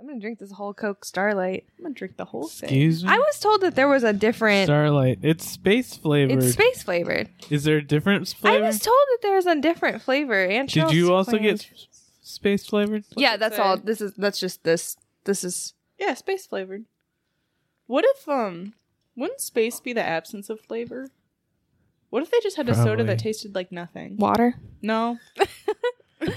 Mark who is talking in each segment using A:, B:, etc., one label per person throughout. A: I'm gonna drink this whole Coke Starlight. I'm gonna drink the whole thing.
B: Excuse me.
A: I was told that there was a different.
B: Starlight. It's space flavored.
A: It's space flavored.
B: Is there a different flavor?
A: I was told that there was a different flavor. And
B: Did you also get s- space flavored?
A: yeah,
C: it
A: that's
C: say?
A: all. This is that's just this. This is
C: Yeah, space flavored. What if um wouldn't space be the absence of flavor? What if they just had a soda
B: Probably.
C: that tasted like nothing?
A: water.
C: No.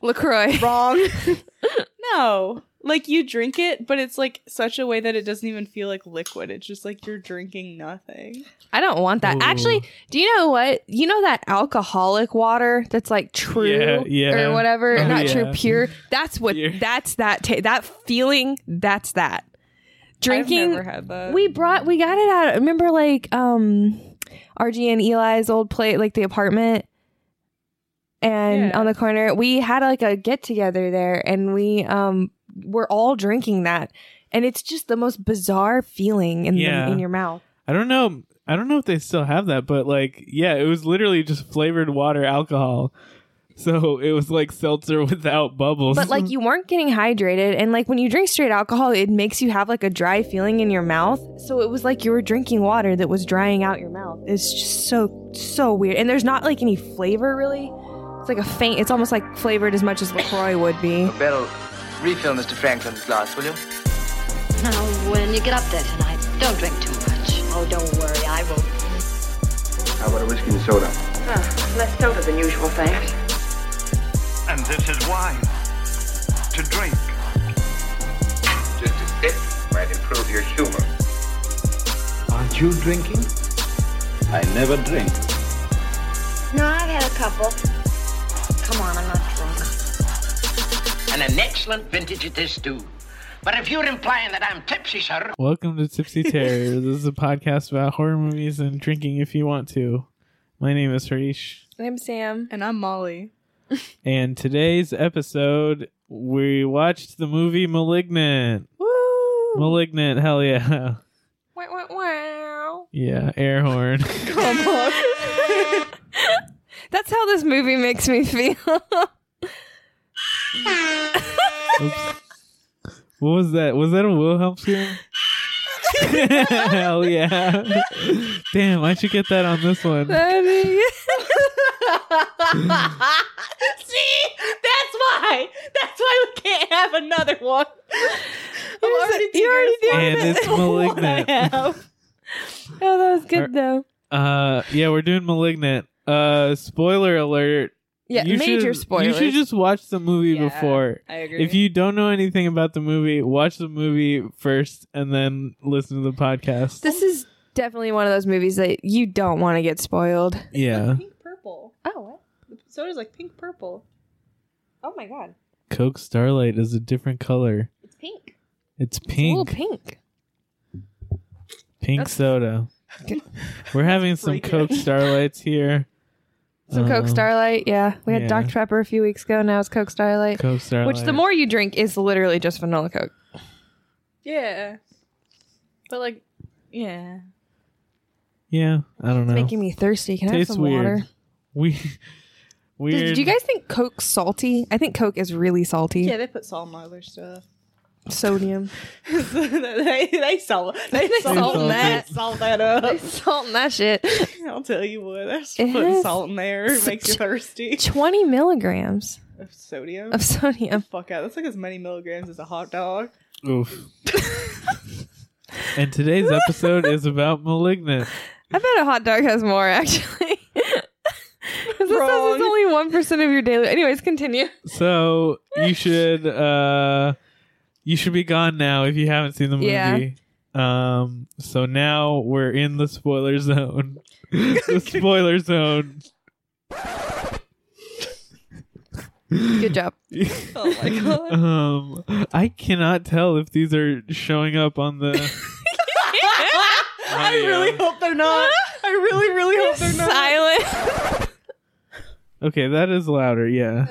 A: Lacroix.
C: Wrong. no. Like you drink it, but it's like such a way that it doesn't even feel like liquid. It's just like you're drinking nothing.
A: I don't want that.
B: Ooh.
A: Actually, do you know what? You know that alcoholic water that's like true
B: Yeah, yeah.
A: or whatever,
B: Oh,
A: not true,
B: yeah.
A: pure. That's what.
B: Pure.
A: That's that. Ta- that feeling. That's that.
C: I've
A: Drinking
C: never had that.
A: We brought we got it out. Remember like um RG and Eli's old plate, like the apartment and
C: Yeah.
A: on the corner. We had like a get together there and we um were all drinking that. And it's just the most bizarre feeling in
B: Yeah.
A: the, in your mouth.
B: I don't know. I don't know if they still have that, but like, yeah, it was literally just flavored water alcohol. So it was like seltzer without bubbles.
A: But like you weren't getting hydrated and like when you drink straight alcohol, it makes you have like a dry feeling in your mouth. So it was like you were drinking water that was drying out your mouth. It's just so so weird. And there's not like any flavor really. It's like a faint it's almost like flavored as much as LaCroix would be.
D: Beryl, refill Mr. Franklin's glass, will you?
E: Now, when you get up there tonight, don't drink too much. Oh, don't worry, I won't.
D: How about a whiskey and soda?
F: Ah, Less soda than usual, thanks.
G: And this is wine to drink.
D: Just a sip might improve your humor. Aren't you drinking? I never drink.
E: No, I've had a couple. Come on, I'm not drunk.
H: and an excellent vintage it is too. But if you're implying that I'm tipsy, sir,
B: Welcome to Tipsy Terror. this is a podcast about horror movies and drinking if you want to. My name is Harish,
A: I'm Sam.
C: and I'm Molly.
B: and today's episode we watched the movie *Malignant*.
A: Woo!
B: *Malignant*, hell yeah,
A: Wow, wow, wow.
B: yeah, air horn.
C: Come on.
A: That's how this movie makes me feel.
B: Oops. What was that? Was that a Wilhelm scream? Hell yeah! Damn, why'd you get that on this one?
C: See, that's why. That's why we can't have another one. I'm already
A: you're already
C: doing
B: doing And it. it's malignant.
A: oh, that was good
B: good,
A: though.
B: Uh, yeah, we're doing *Malignant*. Uh, spoiler alert.
A: Yeah,
B: You
A: major
B: should- You
A: spoilers.
B: should just watch the movie
C: Yeah.
B: before.
C: I agree.
B: If you don't know anything about the movie, watch the movie first and then listen to the podcast.
A: this is definitely one of those movies that you don't want to get spoiled.
B: yeah.
C: pink purple.
A: Oh, what?
C: The soda's like pink purple.
A: Oh my god.
B: Coke Starlight is a different color.
A: It's pink.
B: It's
A: It's a
B: pink.
A: little pink.
B: Pink soda. We're having some
C: Break it.
B: Coke Starlights here.
A: Some Coke
B: Uh,
A: Starlight, yeah. We had
B: yeah.
A: Dr. Pepper a few weeks ago, now it's Coke Starlight.
B: Coke Starlight.
A: Which the more you drink is literally just vanilla Coke.
C: Yeah, but like, yeah.
B: Yeah, I don't know.
A: It's making me thirsty. Can I have
B: Tastes
A: some
B: weird.
A: water?
B: We weird.
A: Did, did you guys think Coke's salty? I think Coke is really salty.
C: Yeah, they put salt in all their stuff.
A: Sodium.
C: they they salt they, salt,
B: salt
C: they
A: that.
C: salt that up.
A: Salt in that shit.
C: I'll tell you what, that's
A: It
C: putting
A: has
C: salt in there it makes you thirsty.
A: 20 milligrams
C: Of sodium.
A: of sodium.
C: Fuck out. That's like as many milligrams as a hot dog.
B: Oof. and today's episode is about malignant.
A: I bet a hot dog has more, actually. 'Cause this says
C: Wrong.
A: it's only 1% of your daily. Anyways, continue.
B: So you should uh you should be gone now if you haven't seen the movie.
A: Yeah.
B: Um so now we're in the spoiler zone. the spoiler zone.
A: Good job.
C: Oh my god.
B: Um I cannot tell if these are showing up on the
C: I really hope they're not. I really, really hope they're not.
A: Silent.
B: Okay, that is louder, yeah.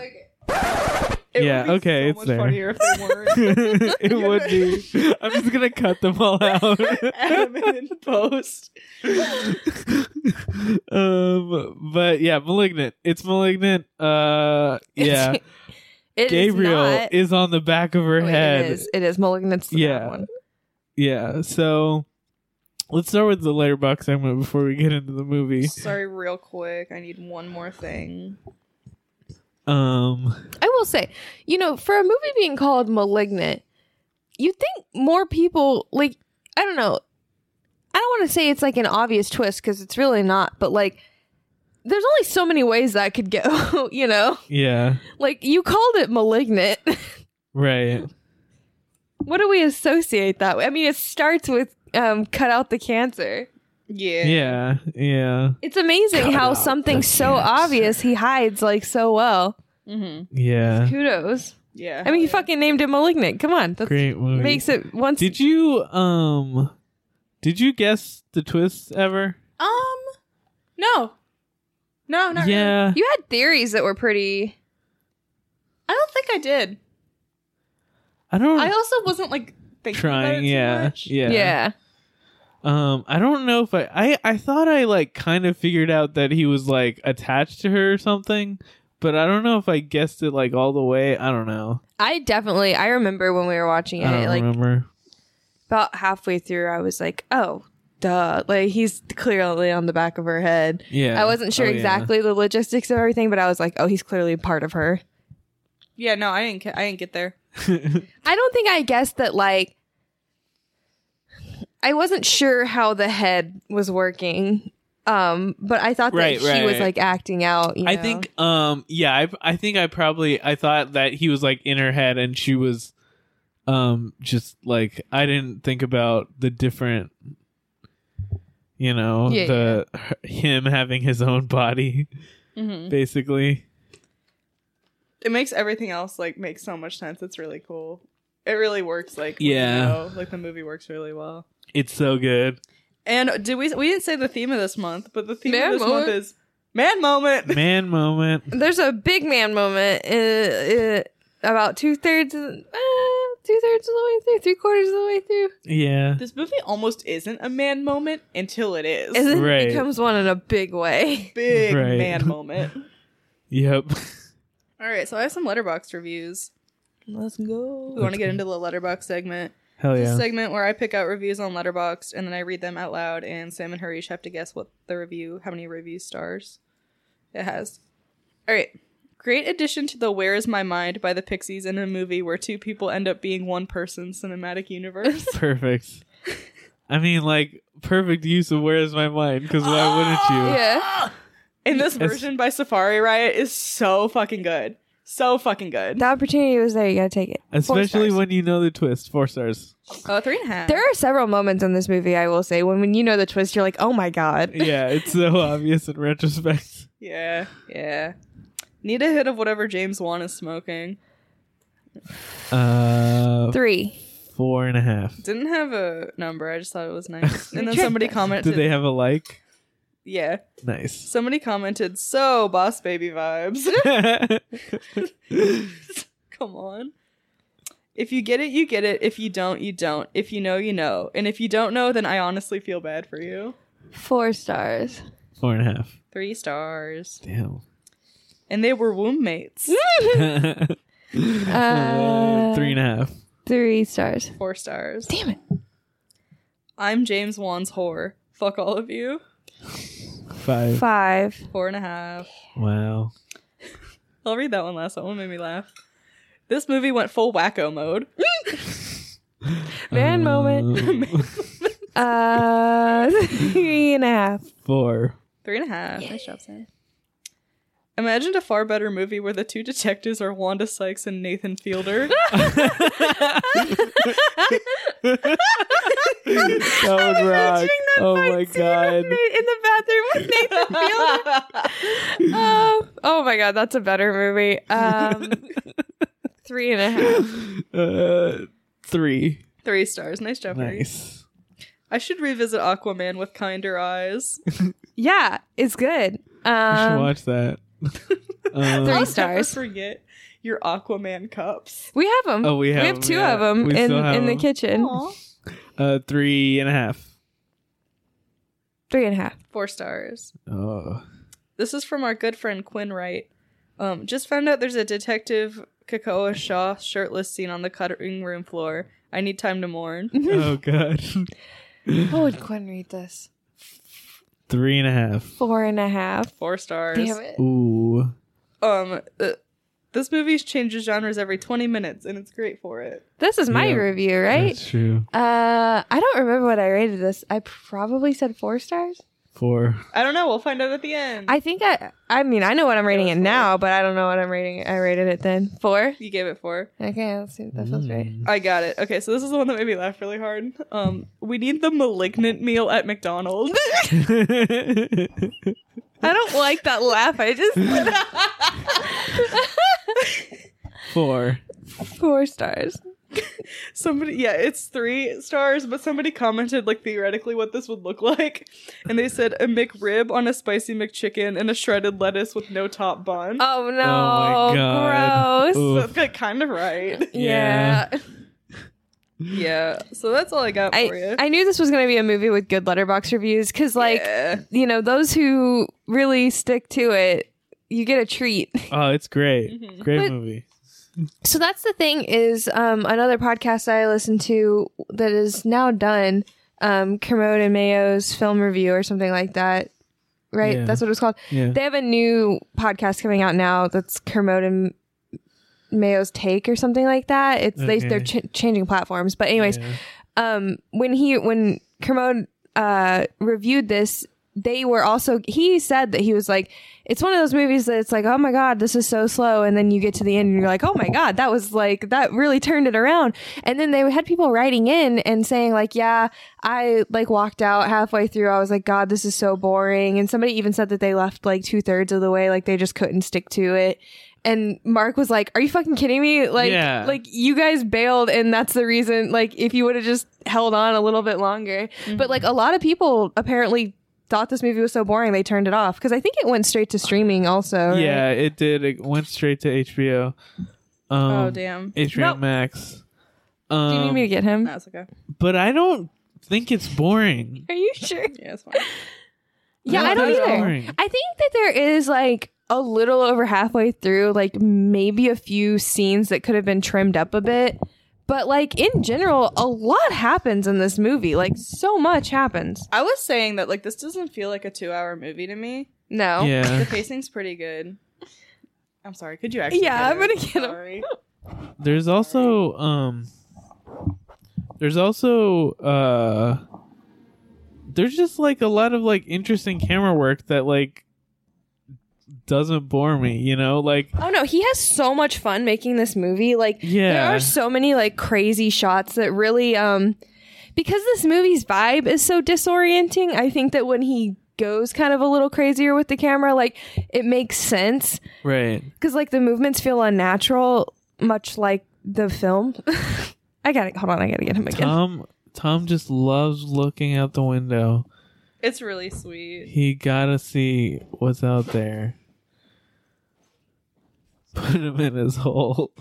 C: It
B: Yeah,
C: would be
B: okay,
C: so
B: it's
C: much
B: there.
C: funnier if they weren't
B: it would be. I'm just gonna cut them all out.
C: adamant in the post.
B: um, but yeah, malignant. It's malignant. Uh, yeah,
A: It is
B: Gabriel is,
A: not-
B: on the back of
C: Oh,
B: her
A: Wait,
B: head.
A: It is. It is Mulligan. It's the bad
B: Yeah.
A: one.
B: Yeah. So let's start with the letterbox segment before we get into the movie.
C: Sorry, real quick. I need one more thing.
B: Um,
A: I will say, you know, for a movie being called Malignant, you think more people like I don't know. I don't want to say it's like an obvious twist because it's really not, but like there's only so many ways that could go, you know?
B: yeah.
A: Like you called it malignant.
B: Right.
A: what do we associate that with? I mean, it starts with um cut out the cancer.
C: Yeah.
B: Yeah. Yeah.
A: It's amazing how something so obvious he hides like so well.
C: Mm-hmm.
B: Yeah.
A: Kudos.
C: Yeah.
A: I mean, he fucking named it malignant. Come on. That
B: Great movie.
A: makes it once
B: Did you um did you guess the twists ever?
C: um, no, no, not really.
B: yeah.
A: You had theories that were pretty.
C: I don't think I did.
B: I don't
C: I also wasn't like thinking about it
B: trying,
C: too
B: yeah.
C: much.
B: Yeah. Um I don't know if I, I I thought I like kind of figured out that he was like attached to her or something, but I don't know if I guessed it like all the way. I don't know.
A: I definitely. I remember when we were watching
B: I
A: it.
B: don't
A: Like
B: remember.
A: about halfway through, I was like, "Oh, duh!" Like he's clearly on the back of her head.
B: Yeah.
A: I wasn't sure
B: Oh, yeah.
A: exactly the logistics of everything, but I was like, "Oh, he's clearly part of her."
C: Yeah, no, I didn't. ca- I didn't get there.
A: I don't think I guessed that. Like, I wasn't sure how the head was working. Um, but I thought that
B: Right,
A: she
B: right,
A: was
B: right.
A: like acting out. You
B: I
A: know?
B: think um yeah, I I think I probably I thought that he was like in her head and she was um just like I didn't think about the different you know,
A: Yeah,
B: the him having his own body
C: Mm-hmm.
B: basically.
C: It makes everything else like make so much sense. It's really cool. It really works. Like with
B: Yeah.
C: the show. like the movie works really well.
B: It's so good.
C: And did we? We didn't say the theme of this month, but the theme
A: Man
C: of this
A: moment.
C: month is man moment.
B: Man moment.
A: there's a big man moment uh, uh, about two thirds, uh, two thirds of the way through, three quarters of the way through,
B: Yeah.
C: This movie almost isn't a man moment until it is.
A: and then
B: Right.
A: it becomes one in a big way.
C: Big
B: Right.
C: man moment.
B: Yep.
C: All right, so I have some letterbox reviews.
A: Let's
C: We
A: go.
C: want to get into the letterbox segment.
B: Hell
C: It's a
B: yeah.
C: segment where I pick out reviews on Letterboxd and then I read them out loud, and Sam and Harish have to guess what the review, how many review stars it has. All right. Great addition to the Where Is My Mind by the Pixies in a movie where two people end up being one person cinematic universe.
B: perfect. I mean like perfect use of where is my mind cuz why wouldn't you?
A: Yeah,
C: and this
B: Yes.
C: version by Safari Riot is so fucking good. So fucking good.
A: the opportunity was there. You gotta take it. Four
B: Especially
A: stars.
B: when you know the twist. 4 stars.
C: Oh, three and a half.
A: there are several moments in this movie. I will say when when you know the twist, you're like, oh my god.
B: Yeah, it's so obvious in retrospect.
C: Yeah, yeah. Need a hit of whatever James Wan is smoking.
B: Uh,
A: Three.
B: four and a half.
C: Didn't have a number. I just thought it was nice. And then somebody commented.
B: Did they have a like?
C: yeah.
B: Nice.
C: Somebody commented, so boss baby vibes. Come on. If you get it, you get it. If you don't, you don't. If you know, you know. And if you don't know, then I honestly feel bad for you.
A: Four stars.
B: four and a half.
C: Three stars.
B: Damn.
C: And they were womb mates.
B: Uh, three and a half.
A: Three stars.
C: Four stars.
A: Damn it.
C: I'm James Wan's whore. Fuck all of you.
B: Five.
A: Five.
C: Four and a half.
B: Wow.
C: I'll read that one last. That one made me laugh. This movie went full wacko mode.
A: Man moment. uh, three and a half.
B: Four.
C: Three and a half. Nice job, Sam. Imagined a far better movie where the two detectives are Wanda Sykes and Nathan Fielder.
B: That would rock. Oh my god.
A: in the bathroom with Nathan Fielder. Uh, oh my god, that's a better movie. Um, three and a half.
B: Uh, three.
C: Three stars. Nice job, Harry.
B: Nice.
C: I should revisit Aquaman with kinder eyes.
A: Yeah, it's good.
B: You should
A: Um,
B: watch that. Um,
A: Three
C: I'll
A: stars.
C: Never forget your Aquaman cups.
A: we have them.
B: Oh, we have
A: we have
B: 'em,
A: two
B: yeah.
A: of them
B: We
A: in
B: still have
A: in the
B: 'em.
A: kitchen.
B: uh, three and a half.
A: Three and a half.
C: Four stars.
B: Oh.
C: This is from our good friend Quinn Wright. Um, just found out there's a detective Kakoa Shaw shirtless scene on the cutting room floor. I need time to mourn.
B: oh god,
A: How would Quinn rate this?
B: three and a half.
A: Four and a half.
C: Four stars.
A: Damn it.
B: Ooh,
C: Um, uh, this movie changes genres every 20 minutes, and it's great for it.
A: This is my
B: Yeah.
A: review, right?
B: that's true.
A: Uh, I don't remember what I rated this. I probably said four stars.
B: Four.
C: I don't know. We'll find out at the end.
A: I think I. I mean, I know what I'm rating
C: was
A: it
C: four.
A: now, but I don't know what I'm rating. it. I rated it then four.
C: you gave it four.
A: Okay, let's see. if That feels right.
B: Mm.
C: I got it. Okay, so this is the one that made me laugh really hard. Um, we need the malignant meal at McDonald's.
A: I don't like that laugh. I just
B: Four.
A: four stars.
C: somebody, yeah, it's three stars, but somebody commented like theoretically what this would look like, and they said a McRib on a spicy McChicken and a shredded lettuce with no top bun.
A: Oh no!
B: my God.
A: Gross.
B: Ooh.
C: That's like, kind of right.
A: Yeah.
C: yeah. So that's all I got for you.
A: I, I knew this was going to be a movie with good letterbox reviews because, like,
C: Yeah.
A: you know, those who really stick to it, you get a treat.
B: Oh, it's great. Great
A: Mm-hmm. But-
B: movie.
A: So that's the thing is um, another podcast I listen to that is now done, um, Kermode and Mayo's film review or something like that. Right?
B: Yeah.
A: That's what it was called.
B: Yeah.
A: They have a new podcast coming out now that's Kermode and Mayo's take or something like that. It's they, they're
B: Okay.
A: ch- changing platforms, but anyways,
B: Yeah.
A: um when he when Kermode uh reviewed this they were also he said that he was like it's one of those movies that it's like oh my god this is so slow and then you get to the end and you're like oh my god that was like that really turned it around and then they had people writing in and saying like yeah i like walked out halfway through i was like god this is so boring and somebody even said that they left like two-thirds of the way like they just couldn't stick to it and mark was like are you fucking kidding me like
B: Yeah.
A: like you guys bailed and that's the reason like if you would have just held on a little bit longer
B: Mhm.
A: but like a lot of people apparently thought this movie was so boring they turned it off because i think it went straight to streaming also right?
B: Yeah, it did. It went straight to HBO. Um,
C: oh damn.
B: HBO
A: Nope.
B: Max.
A: do
B: Um,
A: you need me to get him
C: That's okay.
B: but I don't think it's boring.
A: are you sure
C: Yeah, it's fine.
A: yeah
B: No,
A: i don't
B: that's
A: either
B: boring.
A: i think that there is like a little over halfway through like maybe a few scenes that could have been trimmed up a bit but like in general a lot happens in this movie like so much happens
C: I was saying that like this doesn't feel like a two-hour movie to me.
A: no
C: The
B: Yeah,
C: pacing's pretty good. I'm sorry. Could you actually?
A: Yeah,
C: get
A: I'm
C: it?
A: gonna get 'em.
C: Sorry.
B: there's also um, there's also uh, there's just like a lot of like interesting camera work that like doesn't bore me. You know, like
A: Oh no, he has so much fun making this movie. Like there
B: Yeah.
A: are so many like crazy shots that really um because this movie's vibe is so disorienting, I think that when he goes kind of a little crazier with the camera, like it makes sense
B: right.
A: cuz like the movements feel unnatural much like the film. I got to hold on, I got to get him again.
B: Tom Tom just loves looking out the window.
C: It's really sweet.
B: He gotta see what's out there. Put him in his hole.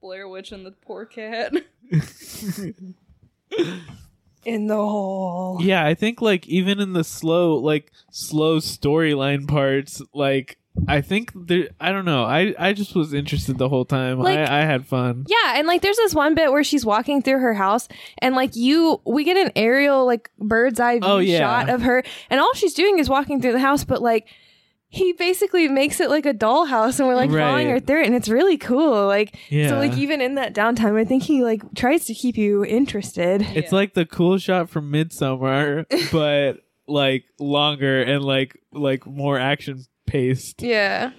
C: Blair Witch and the poor cat.
A: In the hole.
B: yeah, I think like even in the slow, like slow storyline parts, like I think there. I don't know. I I just was interested the whole time.
A: Like-
B: I I had fun.
A: Yeah, and like there's this one bit where she's walking through her house and like you we get an aerial like bird's eye view
B: Oh, yeah.
A: shot of her and all she's doing is walking through the house but like he basically makes it like a dollhouse and we're like following
B: Right.
A: her through it and it's really cool. Like so
B: Yeah.
A: like even in that downtime I think he like tries to keep you interested.
B: It's like the cool shot from Midsummer, but like longer and like like more action paced.
A: Yeah.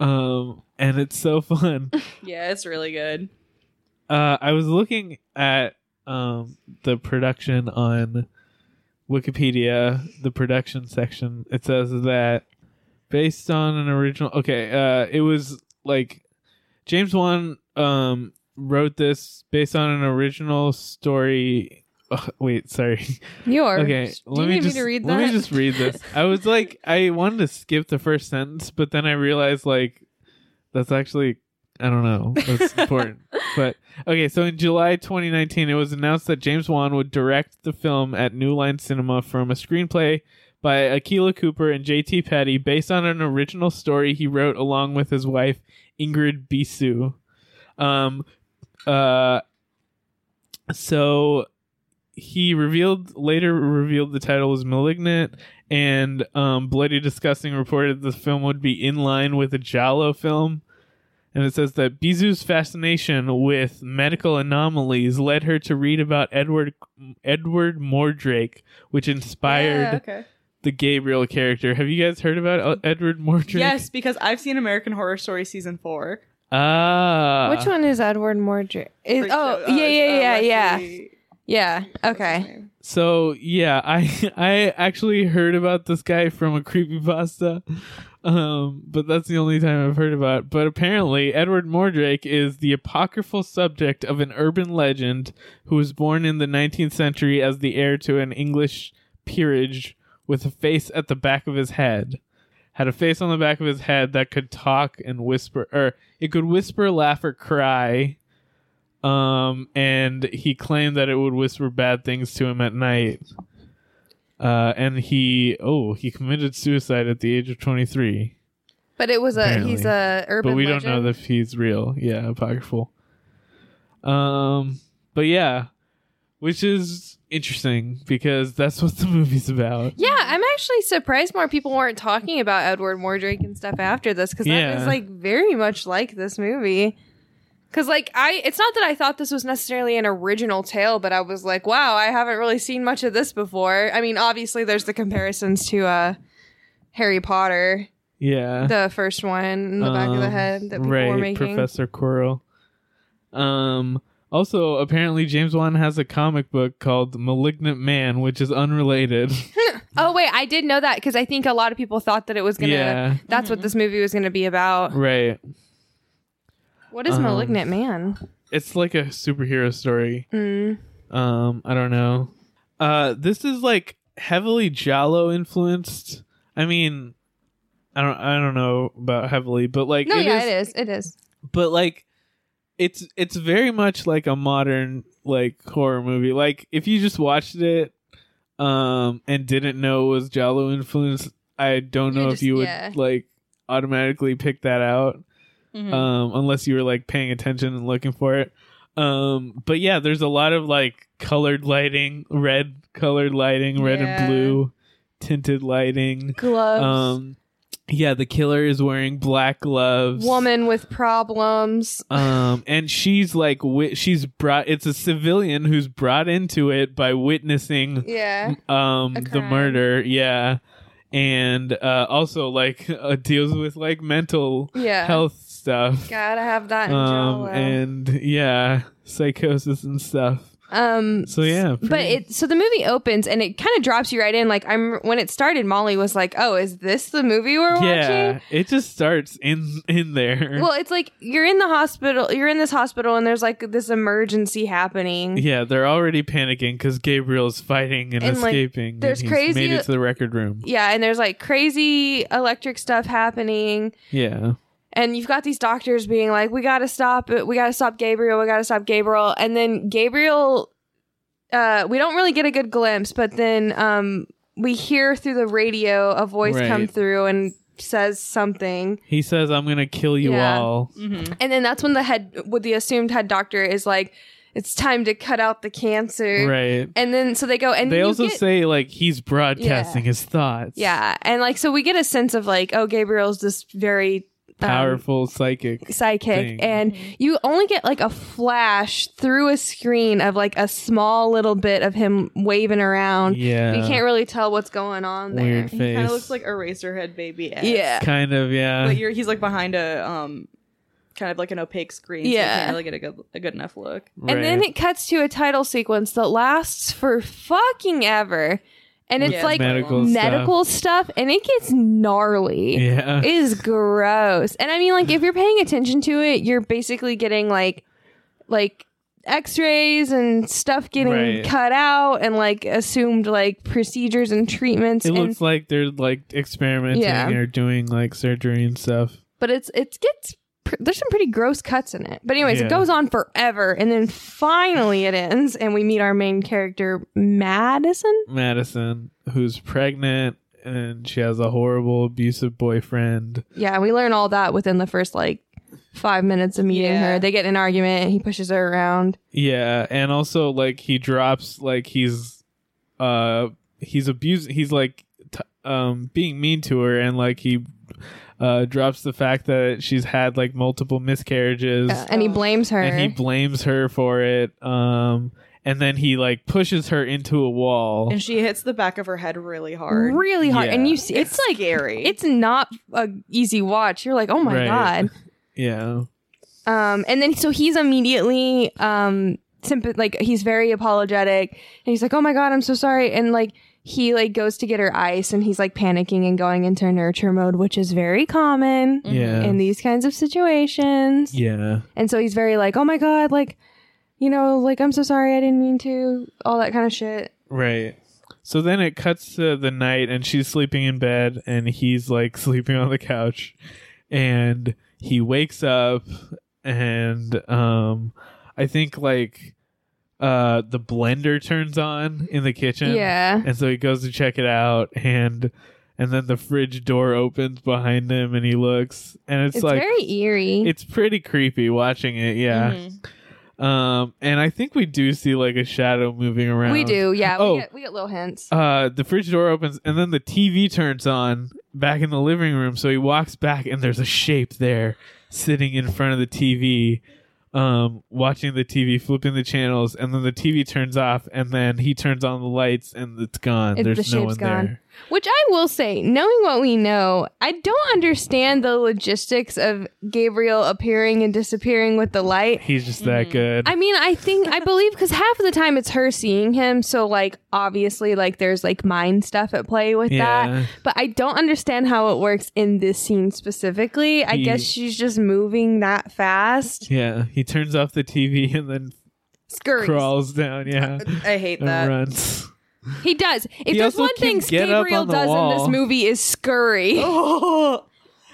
B: Um, and it's so fun.
C: Yeah, it's really good.
B: Uh, I was looking at um, the production on Wikipedia, the production section. It says that based on an original. Okay, uh, it was like James Wan um, wrote this based on an original story. Ugh, wait, sorry.
A: You're
B: Okay,
A: Do
B: let
A: you
B: me
A: need
B: just
A: me to read that?
B: let me just read this. I was like, I wanted to skip the first sentence, but then I realized like that's actually I don't know that's important. But okay, so in July 2019, it was announced that James Wan would direct the film at New Line Cinema from a screenplay by Akila Cooper and JT Petty based on an original story he wrote along with his wife Ingrid Bisu. Um uh so he revealed later revealed the title was Malignant and um Bloody Disgusting reported the film would be in line with a Jalo film. And it says that Bizu's fascination with medical anomalies led her to read about Edward Edward Mordrake, which inspired
C: Yeah, okay.
B: the Gabriel character. Have you guys heard about uh, Edward Mordrake?
C: Yes, because I've seen American Horror Story season four.
B: Ah.
A: Which one is Edward Mordred? Is,
C: Freak
A: oh,
C: show-
A: yeah,
C: uh,
A: yeah, yeah, yeah,
C: Leslie-
A: yeah.
C: what's his
A: Okay.
C: name?
B: So yeah, I I actually heard about this guy from a creepypasta. Um, but that's the only time I've heard about. it. But apparently, Edward Mordrake is the apocryphal subject of an urban legend who was born in the 19th century as the heir to an English peerage with a face at the back of his head. Had a face on the back of his head that could talk and whisper, or it could whisper, laugh, or cry um, and he claimed that it would whisper bad things to him at night. Uh, and he oh he committed suicide at the age of 23
A: But it was a he's
B: Apparently.
A: a urban.
B: but we
A: legend.
B: don't know if he's real yeah apocryphal um but yeah which is interesting because that's what the movie's about
A: Yeah, I'm actually surprised more people weren't talking about Edward Mordrake and stuff after this because that
B: Yeah.
A: is like very much like this movie. Because like I, it's not that I thought this was necessarily an original tale, but I was like, wow, I haven't really seen much of this before. I mean, obviously there's the comparisons to uh Harry Potter,
B: yeah
A: the first one in the back of the
B: Um,
A: head that people were
B: right,
A: making.
B: Professor Quirrell. Um, also, apparently, James Wan has a comic book called Malignant Man, which is unrelated.
A: oh wait, I did know that because I think a lot of people thought that it was gonna.
B: yeah,
A: That's what this movie was gonna be about.
B: right.
A: What is
B: Um,
A: malignant man?
B: It's like a superhero story.
A: Mm.
B: Um, I don't know. Uh, this is like heavily Jalo influenced. I mean, I don't, I don't know about heavily, but like,
A: No,
B: it
A: yeah,
B: is-
A: it is. It is.
B: but like it's it's very much like a modern like horror movie like if you just watched it um and didn't know it was jalo influence i don't
A: You
B: know
A: just-
B: if you would
A: yeah.
B: like automatically pick that out
A: Hmm.
C: Mhm.
B: um unless you were like paying attention and looking for it um but yeah there's a lot of like colored lighting red colored lighting red
C: Yeah.
B: and blue tinted lighting
A: Gloves.
B: um yeah the killer is wearing black gloves
A: woman with problems.
B: um and she's like wi- she's brought it's a civilian who's brought into it by witnessing
A: Yeah.
B: um
A: A
B: the
A: crime.
B: murder yeah and uh also like uh, deals with like mental
A: Yeah.
B: health stuff
A: Gotta have that in
B: um
A: um,
B: and yeah psychosis and stuff
A: um
B: so yeah
A: But
B: pretty-
A: it so the movie opens and it kind of drops you right in. Like I'm when it started, Molly was like, "Oh, is this the movie we're
B: yeah
A: watching?"
B: it just starts in in there
A: Well, it's like you're in the hospital. You're in this hospital, and there's like this emergency happening.
B: yeah, they're already panicking because Gabriel's fighting and,
A: And, like,
B: escaping. and
A: there's
B: he's
A: crazy-
B: Made it to the record room.
A: yeah, and there's like crazy electric stuff happening.
B: Yeah.
A: and you've got these doctors being like we gotta stop it we gotta stop gabriel we gotta stop gabriel and then gabriel uh we don't really get a good glimpse but then um we hear through the radio a voice
B: Right.
A: come through and says something
B: He says, "I'm gonna kill you
A: Yeah.
B: all."
C: Mhm.
A: and then that's when the head with the assumed head doctor is like it's time to cut out the cancer
B: Right.
A: and then so they go and
B: they
A: you
B: also
A: get-
B: say like he's broadcasting his thoughts.
A: yeah and like so we get a sense of like oh gabriel's this very um,
B: Powerful psychic.
A: psychic
B: thing.
A: and you only get like a flash through a screen of like a small little bit of him waving around
B: Yeah.
A: you can't really tell what's going on there
B: Weird
C: He
B: face.
C: kind of looks like Eraserhead baby. ass.
A: yeah
B: Kind of, yeah.
C: But you're, he's like behind a um, kind of like an opaque screen. so you
A: Yeah.
C: can't really get a good, a good enough look.
A: and then
B: Right.
A: it cuts to a title sequence that lasts for fucking ever and it's
C: With
A: like
B: medical stuff.
A: medical stuff. and it gets gnarly
B: yeah.
A: It is gross. And I mean, like, if you're paying attention to it, you're basically getting like, like X-rays and stuff getting
B: Right.
A: cut out, and like assumed like procedures and treatments.
B: It
A: and
B: looks like they're like experimenting
A: Yeah.
B: or doing like surgery and stuff.
A: but it's it gets pr- there's some pretty gross cuts in it. But anyways,
B: Yeah.
A: it goes on forever, and then finally it ends, and we meet our main character, Madison.
B: Madison, who's pregnant and she has a horrible abusive boyfriend.
A: Yeah, we learn all that within the first like five minutes of meeting
C: Yeah.
A: her. They get in an argument and he pushes her around.
B: Yeah, and also like he drops like he's uh he's abusing he's like t- um being mean to her and like he uh drops the fact that she's had like multiple miscarriages
A: Yeah, uh, and he blames her.
B: and he blames her for it um and then he like pushes her into a wall.
C: and she hits the back of her head really hard.
A: really hard.
B: Yeah.
A: And you see
C: It's,
A: it's like
C: scary.
A: it's not a easy watch. You're like, oh my
B: Right.
A: god.
B: yeah.
A: Um, and then so he's immediately um sympa- like he's very apologetic and he's like, Oh my god, I'm so sorry and like he like goes to get her ice and he's like panicking and going into nurture mode, which is very common
B: Yeah.
A: in these kinds of situations.
B: yeah.
A: And so he's very like, Oh my god, like you know, like I'm so sorry, I didn't mean to, all that kind of shit.
B: Right. So then it cuts to the night, and she's sleeping in bed, and he's like sleeping on the couch, and he wakes up, and um, I think like uh the blender turns on in the kitchen.
A: Yeah.
B: And so he goes to check it out, and and then the fridge door opens behind him, and he looks, and it's,
A: It's
B: like
A: very eerie.
B: it's pretty creepy watching it. Yeah.
C: Mhm.
A: Mm-hmm.
B: Um, and I think we do see like a shadow moving around.
A: we do, yeah.
B: Oh.
A: We, get, we get little hints.
B: Uh, the fridge door opens and then the TV turns on back in the living room. So he walks back and there's a shape there sitting in front of the TV, um, watching the TV, flipping the channels, and then the TV turns off and then he turns on the lights and it's gone.
A: It-
B: there's
A: the
B: no
A: shape's
B: one
A: gone.
B: there.
A: Which I will say, knowing what we know, I don't understand the logistics of Gabriel appearing and disappearing with the light.
B: He's just that
A: Mm-hmm.
B: good.
A: I mean, I think I believe because half of the time it's her seeing him, so like obviously like there's like mind stuff at play with
B: Yeah.
A: that. But I don't understand how it works in this scene specifically. I
B: He-
A: guess she's just moving that fast.
B: yeah, he turns off the TV and then
A: Scurries.
B: crawls down. Yeah,
C: I hate
B: and
C: that.
B: runs.
A: He does. If
B: He
A: there's
B: also
A: one thing
B: can get up
A: Gabriel
B: on the
A: does in
B: wall.
A: this movie is scurry.
C: Oh,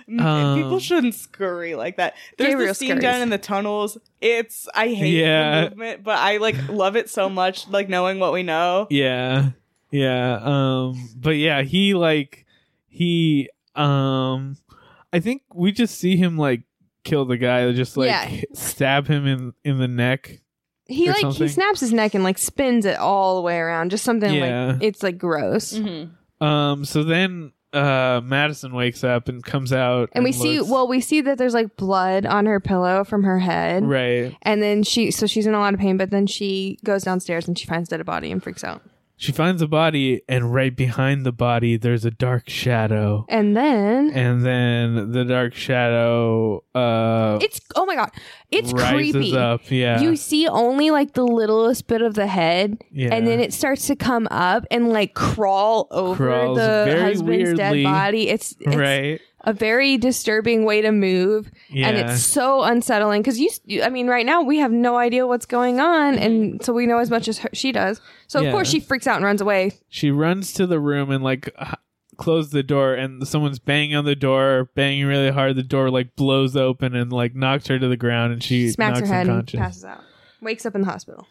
C: M-
B: Um,
C: people shouldn't scurry like that. There's
A: Gabriel
C: this scene
A: scurries.
C: down in the tunnels. It's I hate
B: Yeah.
C: the movement, but I like love it so much. Like knowing what we know.
B: Yeah. Yeah. Um but yeah, he like he um I think we just see him like kill the guy, just like
A: Yeah.
B: stab him in in the neck.
A: he
B: or
A: like
B: something.
A: he snaps his neck and like spins it all the way around just something
B: Yeah.
A: like it's like gross
C: Mm-hmm.
B: Um so then uh Madison wakes up and comes out
A: and we see
B: looks-
A: well we see that there's like blood on her pillow from her head
B: Right.
A: and then she so she's in a lot of pain but then she goes downstairs and she finds dead body and freaks out
B: She finds a body and right behind the body there's a dark shadow.
A: and then
B: And then the dark shadow uh
A: it's oh my god it's
B: rises
A: creepy
B: up. Yeah.
A: you see only like the littlest bit of the head
B: Yeah.
A: and then it starts to come up and like crawl over
B: Crawls
A: the
B: very
A: husband's
B: weirdly.
A: dead body it's, it's
B: right.
A: a very disturbing way to move and
B: Yeah.
A: it's so unsettling because you, you- i mean right now we have no idea what's going on and so we know as much as her, she does so
B: Yeah.
A: of course she freaks out and runs away
B: she runs to the room and like h- closes the door and someone's banging on the door banging really hard the door like blows open and like knocks her to the ground and she
A: smacks her
B: knocks
A: head and
B: unconscious
A: passes out wakes up in the hospital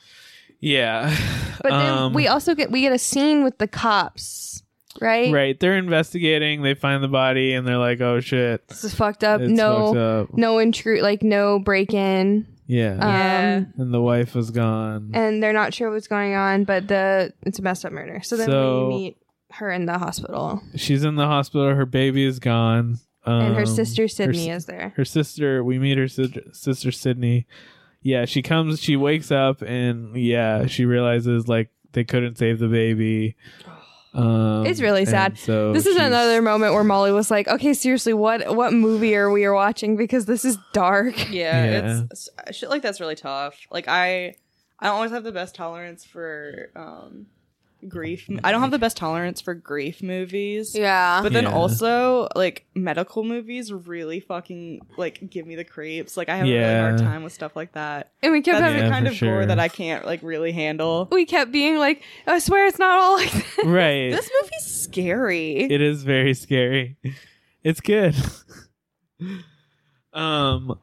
B: yeah
A: but then
B: Um,
A: we also get we get a scene with the cops right
B: right they're investigating they find the body and they're like oh shit
A: this is fucked up
B: it's
A: no
B: fucked up.
A: no intrude like no break-in
B: yeah
A: um
C: Yeah.
B: and the wife was gone
A: and they're not sure what's going on but the it's a messed up murder so then
B: So-
A: we meet her in the hospital
B: she's in the hospital her baby is gone um,
A: and her sister
B: is.
A: sydney is there
B: her sister we meet her sister, sister sydney yeah she comes she wakes up and yeah she realizes like they couldn't save the baby um,
A: It's really
B: and
A: sad.
B: so
A: this is
B: she's-
A: another moment where Molly was like, "Okay, seriously, what what movie are we watching? Because this is dark."
C: Yeah,
B: Yeah.
C: It's, it's- shit like that's really tough. Like I, I don't always have the best tolerance for um grief. I don't have the best tolerance for grief movies.
A: Yeah,
C: But then
B: Yeah.
C: also, like medical movies, really fucking like give me the creeps. Like I have a really
B: Yeah.
C: hard time with stuff like that.
A: and we kept
C: That's
A: having,
B: Yeah,
C: the kind
B: for
C: of gore
B: sure.
C: that I can't like really handle.
A: we kept being like, "I swear it's not all like that."
B: right
C: This movie's scary.
B: it is very scary it's good um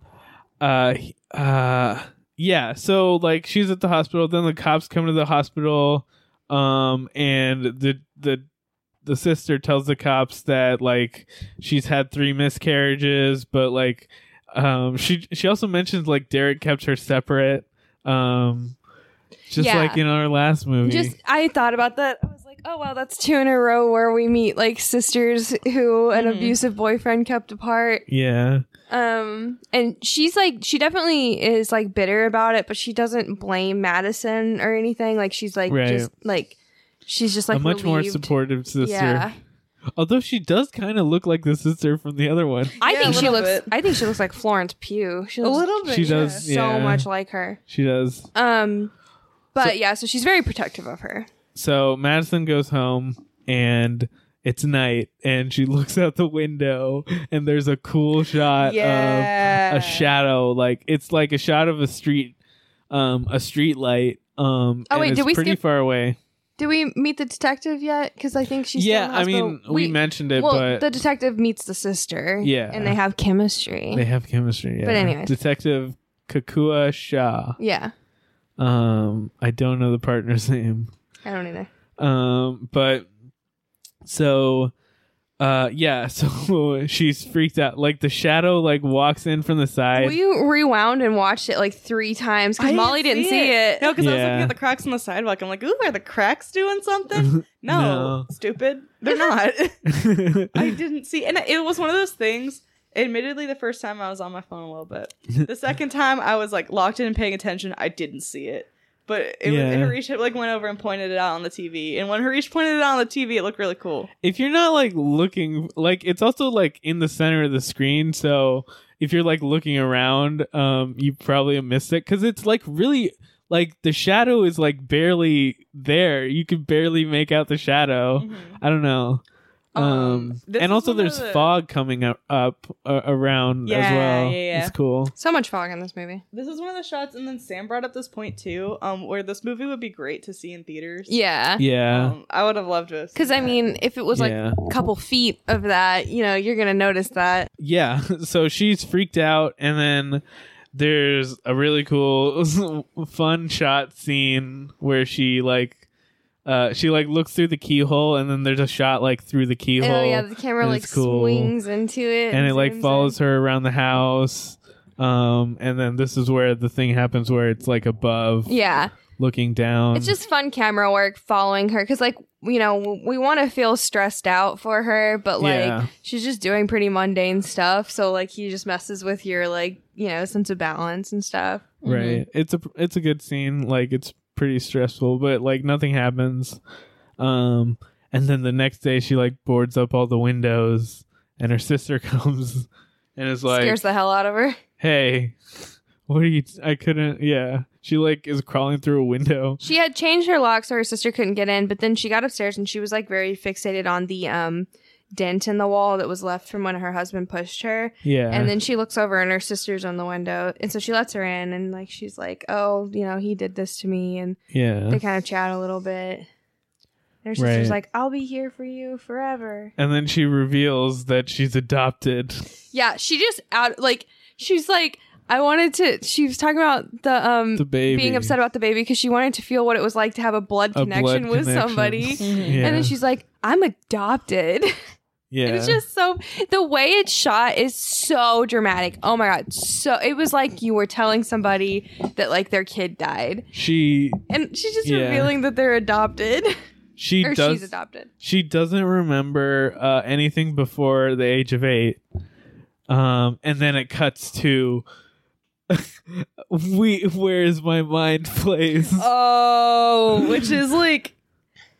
B: uh he- uh yeah so like she's at the hospital then the cops come to the hospital um and the the the sister tells the cops that like she's had three miscarriages, but like um she she also mentions like Derek kept her separate. Um just
A: Yeah.
B: like in our last movie.
A: Just I thought about that. I was like, oh wow, that's two in a row where we meet like sisters who an
C: Mhm.
A: abusive boyfriend kept apart.
B: yeah.
A: Um, and she's like, she definitely is like bitter about it, but she doesn't blame Madison or anything. Like she's like
B: Right.
A: just like she's just like
B: a much more
A: relieved.
B: supportive sister.
A: Yeah,
B: Although she does kind of look like the sister from the other one.
A: I
C: Yeah,
A: think
C: a
A: she
C: little
A: looks.
C: bit.
A: I think she looks like Florence Pugh. She
C: a
A: looks
C: little bit.
B: She
C: yeah.
B: does.
A: so
B: yeah.
A: much like her.
B: She does.
A: Um, but yeah, so she's very protective of her.
B: So Madison goes home and it's night and she looks out the window and there's a cool shot
C: Yeah.
B: of a shadow like it's like a shot of a street um a street light um
A: Oh,
B: and
A: wait,
B: it's
A: did we
B: pretty
A: skip-
B: far away.
A: Did we meet the detective yet? Because I think she's Still
B: yeah,
A: in the
B: I
A: hospital.
B: mean we, mentioned it
A: well,
B: but
A: the detective meets the sister.
B: Yeah.
A: and they have chemistry.
B: they have chemistry. Yeah.
A: But anyways.
B: Detective Kakua Shah.
A: yeah,
B: Um I don't know the partner's name.
A: I don't either.
B: Um, but so, uh, yeah. So she's freaked out. Like the shadow, like walks in from the side.
A: We rewound and watched it like three times
C: I
A: because Molly didn't see it.
C: No, because I was
B: Yeah.
C: looking at the cracks on the sidewalk. I'm like, ooh, are the cracks doing something? No,
B: No.
C: stupid. They're not. I didn't see, and it was one of those things. Admittedly, the first time I was on my phone a little bit. The second time I was like locked in and paying attention. I didn't see it, but it
B: Yeah.
C: was Harish had, like went over and pointed it out on the TV. And when Harish pointed it out on the TV, it looked really cool.
B: if you're not like looking, like it's also like in the center of the screen. So if you're like looking around, um, you probably missed it because it's like really like the shadow is like barely there. You could barely make out the shadow.
C: Mm-hmm.
B: I don't know. Um,
C: Um, this is
B: and also
C: one of
B: there's
C: the-
B: fog coming up, up uh, around as
C: Yeah,
B: well.
C: yeah, yeah.
B: It's cool.
A: So much fog in this movie.
C: This is one of the shots, and then Sam brought up this point too, um, where this movie would be great to see in theaters.
A: Yeah.
B: Yeah.
C: um, I would have loved this
A: Because, I mean, if it was like
B: Yeah.
A: a couple feet of that, you know, you're going to notice that.
B: Yeah. So she's freaked out and then there's a really cool fun shot scene where she like uh she like looks through the keyhole and then there's a shot like through the keyhole
A: Oh, yeah. The camera
B: and
A: like
B: it's cool.
A: swings into it.
B: and it like
A: zooms
B: follows her around the house. Um and then this is where the thing happens where it's like above
A: in. Yeah.
B: looking down.
A: It's just fun camera work following her. Because, like, you know, we want to feel stressed out for her, but, like,
B: Yeah.
A: she's just doing pretty mundane stuff. So, like, he just messes with your, like, you know, sense of balance and stuff.
B: right
A: Mm-hmm.
B: it's a it's a good scene like it's pretty stressful but like nothing happens um and then the next day she like boards up all the windows and her sister comes and is like
A: Scares the hell out of her.
B: hey what are you i couldn't yeah she like is crawling through a window
A: She had changed her lock so her sister couldn't get in, but then she got upstairs and she was like very fixated on the um dent in the wall that was left from when her husband pushed her.
B: yeah
A: And then she looks over and her sister's on the window. And so she lets her in and like she's like, "Oh, you know, he did this to me." And
B: yeah
A: they kind of chat a little bit. And her sister's
B: Right.
A: like, "I'll be here for you forever."
B: and then she reveals that she's adopted
A: Yeah, she just out like she's like I wanted to she was talking about the um
B: the baby
A: being upset about the baby because she wanted to feel what it was like to have a blood
B: A blood
A: connection with
B: connection.
A: somebody.
B: yeah.
A: And then she's like, I'm adopted.
B: yeah
A: It was just so, the way it's shot is so dramatic. Oh my God. So, it was like you were telling somebody that like their kid died.
B: she
A: And she's just
B: Yeah.
A: revealing that they're adopted
B: she
A: or
B: does
A: she's adopted.
B: She doesn't remember uh, anything before the age of eight. Um, and then it cuts to we where is my mind place?
C: Oh, which is like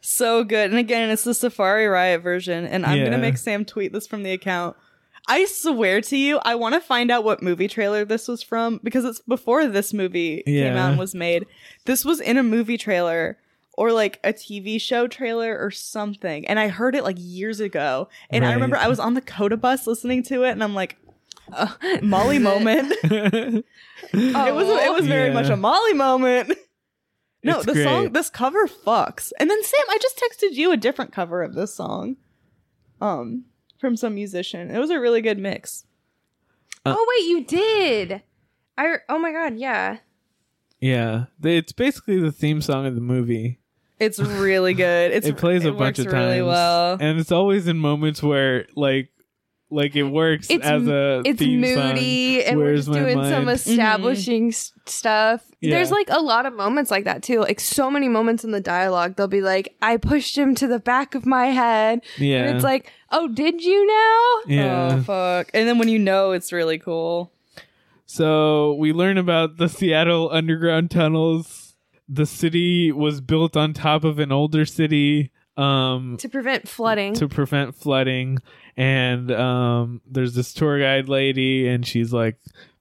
C: so good. And again, it's the Safari Riot version. And I'm
B: Yeah.
C: gonna make Sam tweet this from the account. I swear to you, I want to find out what movie trailer this was from because it's before this movie came
B: Yeah.
C: out and was made. This was in a movie trailer or like a TV show trailer or something. And I heard it like years ago. And I remember
B: Right.
C: I was on the Coda bus listening to it and I'm like, "Uh, Molly moment.
A: Oh,
C: It was it was very
B: Yeah.
C: much a Molly moment. No,
B: It's
C: the song
B: great.
C: this cover fucks. And then Sam, I just texted you a different cover of this song. Um from some musician. It was a really good mix.
B: Uh.
A: oh, wait, you did. I, oh my God. Yeah.
B: yeah, They- it's basically the theme song of the movie.
C: It's really good. It's,
B: it plays a
C: works
B: bunch of times,
C: really well.
B: and it's always in moments where like like it works
A: It's
B: as a
A: it's
B: theme
A: moody
B: song.
A: and we're
B: Where's
A: just
B: my
A: doing
B: mind?
A: some
C: Mm-hmm.
A: establishing s- stuff there's
B: Yeah.
A: like a lot of moments like that too like so many moments in the dialogue they'll be like i pushed him to the back of my head
B: yeah.
A: and it's like oh did you now
B: yeah.
C: Oh fuck! And then when you know, it's really cool.
B: So we learn about the Seattle underground tunnels. The city was built on top of an older city um,
A: to prevent flooding
B: to prevent flooding. And um, there's this tour guide lady, and she's like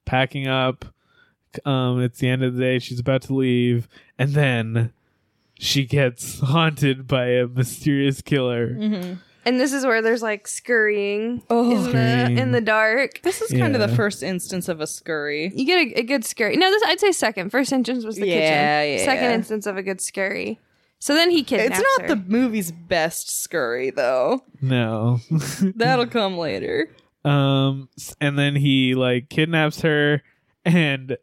B: packing up. Um, it's the end of the day. She's about to leave. And then she gets haunted by a mysterious killer.
A: and this is where there's like scurrying in,
B: Scurrying.
A: the, in the dark
C: This is kind of
B: Yeah.
C: the first instance of a scurry.
A: you get a, a good scurry no this i'd say second first instance was the
C: Yeah,
A: kitchen
C: yeah.
A: second instance of a good scurry so then he kidnaps
C: It's not
A: her.
C: the movie's best scurry though.
B: No.
C: That'll come later.
B: Um, s- and then he like kidnaps her, and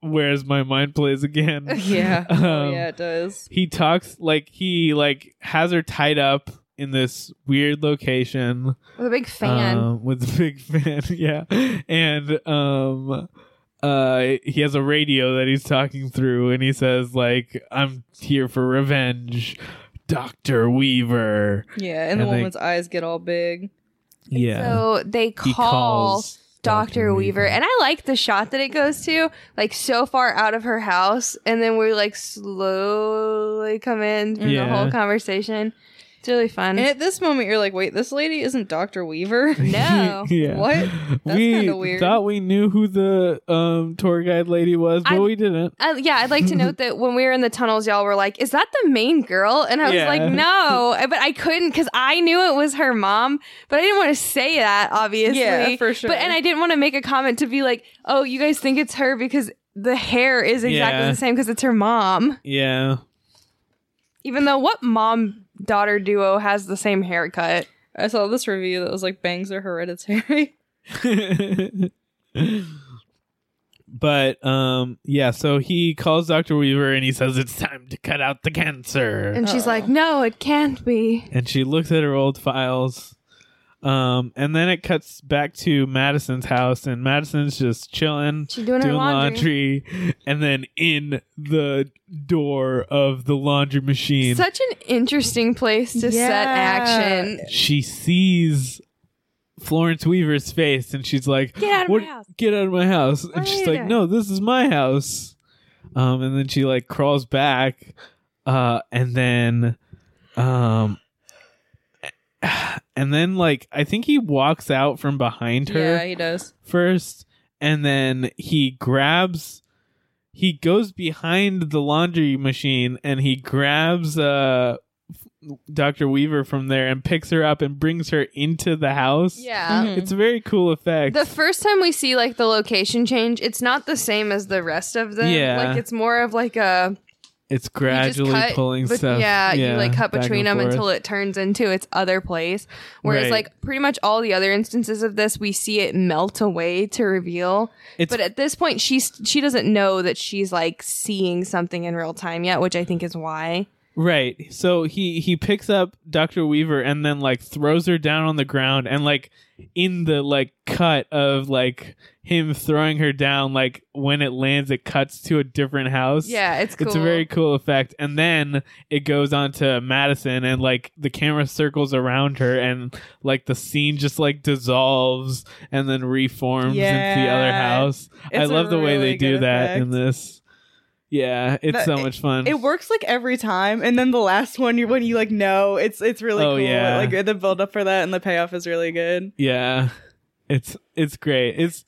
B: where's my mind plays again?
C: Yeah.
B: Um,
C: oh, yeah, it does.
B: He talks like he like has her tied up in this weird location
A: with a big fan
B: um, with a big fan, yeah, and um. Uh, he has a radio that he's talking through, and he says, "Like I'm here for revenge, Doctor Weaver."
C: Yeah, and
B: and
C: the
B: they-
C: woman's eyes get all big.
B: Yeah,
A: So they
B: he
A: call
B: calls
A: Dr. Weaver. And I like the shot that it goes to, like so far out of her house. And then we like slowly come in through the
B: Yeah.
A: whole conversation. It's really fun.
C: And at this moment, you're like, wait, this lady isn't Dr. Weaver?
A: no.
B: yeah.
C: What? That's
B: we
C: kinda weird.
B: thought we knew who the um, tour guide lady was, but
A: I-
B: we didn't.
A: I, Uh, yeah, I'd like to note that when we were in the tunnels, y'all were like, "Is that the main girl?" And I was
B: Yeah.
A: like, "No," but I couldn't because I knew it was her mom, but I didn't want to say that, obviously.
C: Yeah, for sure.
A: But and I didn't want to make a comment to be like, "Oh, you guys think it's her because the hair is exactly
B: Yeah.
A: the same because it's her mom."
B: Yeah,
A: Even though what mom daughter duo has the same haircut?
C: I saw this review that was like, bangs are hereditary.
B: but um, yeah. So he calls Doctor Weaver and he says it's time to cut out the cancer.
A: And she's like, "No, it can't be."
B: and she looks at her old files. Um, and then it cuts back to Madison's house, and Madison's just chilling,
A: She's doing her
B: laundry.
A: laundry.
B: and then in the door of the laundry machine,
A: Such an interesting place to set
C: Yeah.
A: action.
B: she sees Florence Weaver's face, and she's like,
A: Get out of
B: "What-
A: my house."
B: Get out of my house!" And
A: What are
B: she's
A: you
B: like,
A: doing?
B: "No, this is my house." Um, and then she like crawls back, uh, and then, um, and then like I think he walks out from behind her
C: Yeah, he does.
B: first and then he grabs he goes behind the laundry machine and he grabs uh f- Dr. Weaver from there and picks her up and brings her into the house.
A: Yeah.
C: Mhm.
B: It's a very cool effect.
A: The first time we see like the location change, it's not the same as the rest of them.
B: Yeah.
A: Like it's more of like a
B: it's
A: you just
B: gradually
A: cut
B: pulling
A: bet-
B: stuff.
A: Yeah, you like cut
B: back
A: between
B: and
A: them
B: forth.
A: until it turns into its other place. Whereas
B: Right.
A: like pretty much all the other instances of this, we see it melt away to reveal.
B: It's-
A: but at this point, she's she doesn't know that she's like seeing something in real time yet, which I think is why.
B: Right. So he he picks up Dr. Weaver and then like throws her down on the ground and like in the like cut of like him throwing her down like when it lands it cuts to a different house.
A: Yeah, it's cool.
B: It's a very cool effect. And then it goes on to Madison and like the camera circles around her and like the scene just like dissolves and then reforms into the other
C: Yeah.
B: house. I
C: It's a
B: love the way
C: really
B: they do
C: good
B: that in
C: effect.
B: this. Yeah, it's
C: No,
B: so much fun.
C: It works like every time, and then the last one, you when you like know, it's it's really
B: Oh,
C: cool.
B: yeah.
C: Like the build up for that and the payoff is really good.
B: Yeah. It's it's great. It's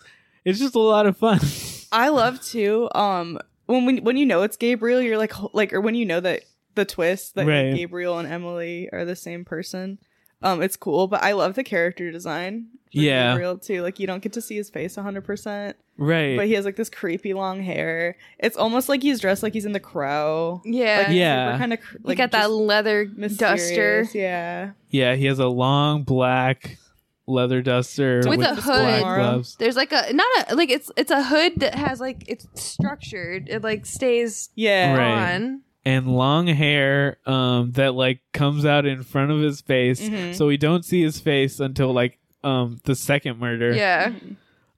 B: it's just a lot of fun.
C: I love too. Um, when when when you know it's Gabriel, you're like ho- like, or when you know that the twist that
B: Right.
C: Gabriel and Emily are the same person. Um, it's cool, but I love the character design. for
B: Yeah.
C: Gabriel too. Like you don't get to see his face 100, percent
B: right.
C: but he has like this creepy long hair. It's almost like he's dressed like he's in The Crow.
A: yeah.
C: Like,
B: Yeah.
C: kind of
A: you got that leather duster.
C: Yeah,
B: yeah, he has a long black leather duster
A: With a
B: black
A: hood.
B: gloves.
A: There's like a not a like it's it's a hood that has like it's structured. It like stays
C: yeah.
B: Right.
A: on.
B: and long hair um, that like comes out in front of his face,
I: Mhm.
B: so we don't see his face until like um, the second murder.
I: Yeah.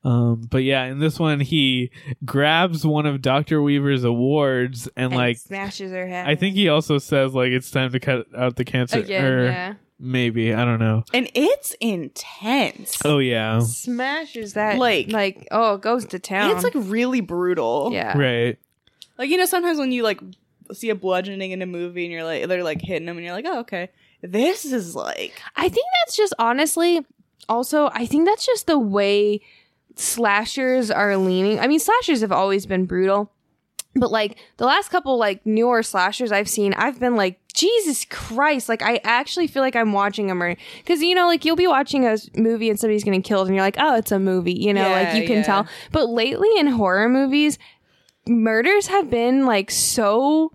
B: Um, but yeah, in this one, he grabs one of Doctor Weaver's awards and, like
A: smashes her head.
B: I think he also says like it's time to cut out the cancer.
I: Again,
B: or
I: yeah.
B: Maybe I don't know.
C: And it's intense.
B: Oh yeah,
A: smashes that
C: Like-
A: like like oh it goes to town.
C: And it's like really brutal.
A: yeah.
B: right.
C: Like you know, sometimes when you like see a bludgeoning in a movie and you're like they're like hitting them and you're like, oh okay. This is like
A: I think that's just honestly also I think that's just the way slashers are leaning. I mean slashers have always been brutal. But like the last couple like newer slashers I've seen, I've been like Jesus Christ, like I actually feel like I'm watching a murder cuz you know like you'll be watching a s- movie and somebody's getting killed and you're like, "Oh, it's a movie." You know, like
I: Yeah,
A: you can
I: yeah.
A: tell. But lately in horror movies, murders have been like so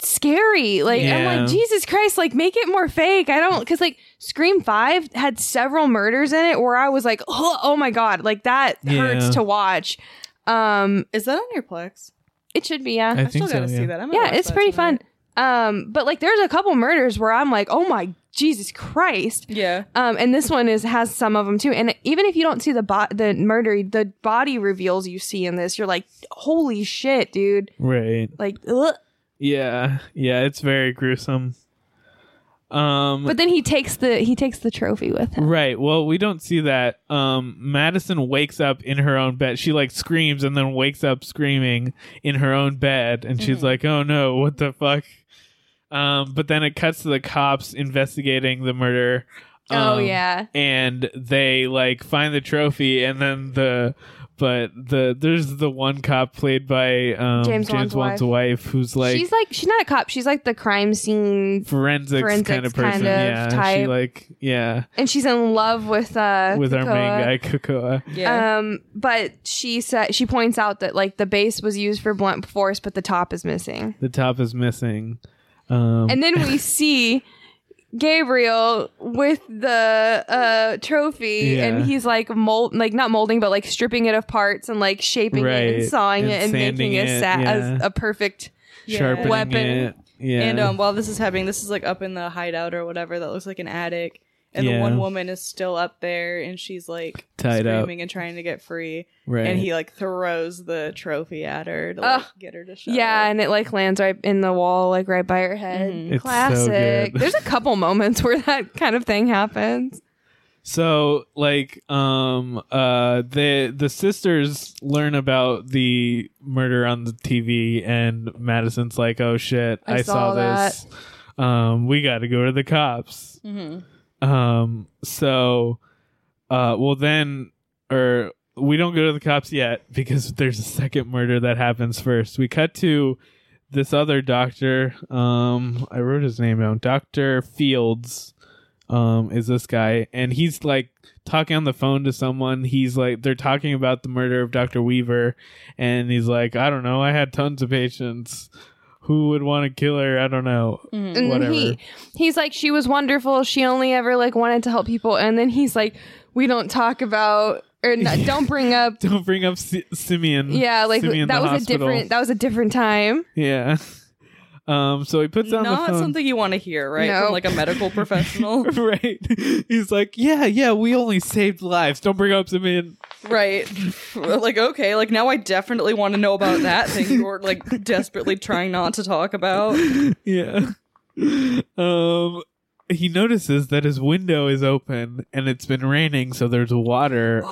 A: scary. Like I'm
B: Yeah.
A: like, Jesus Christ, like make it more fake. I don't because like Scream Five had several murders in it where I was like, oh, oh my god, like that
B: Yeah.
A: hurts to watch. Um,
C: is that on your plex?
A: it should be yeah,
B: I,
C: I
B: think
C: still
B: so.
C: gotta
B: yeah.
C: see that. I'm
A: yeah, it's pretty fun. Um, but like there's a couple murders where I'm like, oh my Jesus Christ.
I: Yeah.
A: Um, and this one is has some of them too. And even if you don't see the bo- the murder, the body reveals you see in this, you're like, holy shit, dude!
B: Right.
A: Like, ugh.
B: Yeah. Yeah. It's very gruesome. Um.
A: but then he takes the he takes the trophy with him.
B: Right. Well, we don't see that. Um, Madison wakes up in her own bed. She like screams and then wakes up screaming in her own bed, and
A: Mm-hmm.
B: she's like, "Oh no, what the fuck?" Um, but then it cuts to the cops investigating the murder.
A: oh
B: Um,
A: yeah.
B: and they like find the trophy, and then the but the there's the one cop played by um,
A: James Wan's
B: Wan's wife. who's like
A: she's like she's not a cop. She's like the crime scene,
B: forensics,
A: forensics
B: kind of person.
A: kind of
B: yeah, she
A: type.
B: like yeah
A: and she's in love with uh
B: with our
A: Krakoa.
B: main guy Kokoa.
I: Yeah.
A: Um, but she said she points out that like the base was used for blunt force, but the top is missing.
B: The top is missing. Um,
A: And then we see Gabriel with the uh trophy,
B: Yeah.
A: and he's like mold, like not molding, but like stripping it of parts and like shaping it
B: Right.
A: and sawing
B: And
A: it and
B: sanding
A: making a,
B: it,
A: sa-
B: yeah.
A: a, a perfect.
B: sharpening
A: Weapon.
B: it. Yeah.
C: And um, while this is happening, this is like up in the hideout or whatever that looks like an attic. And
B: Yeah.
C: the one woman is still up there and she's like
B: Tied up.
C: screaming and trying to get free.
B: right.
C: And he like throws the trophy at her to
A: Ugh.
C: like, get her to shut
A: yeah,
C: up.
A: and it like lands right in the wall, like right by her head.
C: Mhm.
B: It's so
A: Classic.
B: good.
A: There's a couple moments where that kind of thing happens.
B: so like um uh the the sisters learn about the murder on the TV and Madison's like, "Oh shit, I,
A: I
B: saw,
A: saw
B: this. Um we got to go to the cops."
I: hmm
B: Um. So, uh. Well, then, or we don't go to the cops yet because there's a second murder that happens first. We cut to this other doctor. Um. I wrote his name down. Doctor Fields. Um. Is this guy? And he's like talking on the phone to someone. He's like they're talking about the murder of Doctor Weaver, and he's like, I don't know. I had tons of patients. Who would want to kill her? I don't know.
C: Mm-hmm.
A: and then
B: Whatever.
A: he he's like she was wonderful she only ever like wanted to help people and then he's like we don't talk about or not, don't bring up
B: Don't bring up Si- Simeon.
A: yeah like
B: Simeon in
A: that
B: the
A: was
B: hospital.
A: a different that was a different time
B: Yeah. Um. So he puts on the
C: Not
B: phone.
C: something you want to hear, right?
A: No.
C: From like a medical professional.
B: right. He's like, yeah, yeah. We only saved lives. Don't bring up Simeon.
C: right.
I: like okay, like now I definitely want to know about that thing you were like desperately trying not to talk about.
B: Yeah. Um. He notices that his window is open and it's been raining, so there's water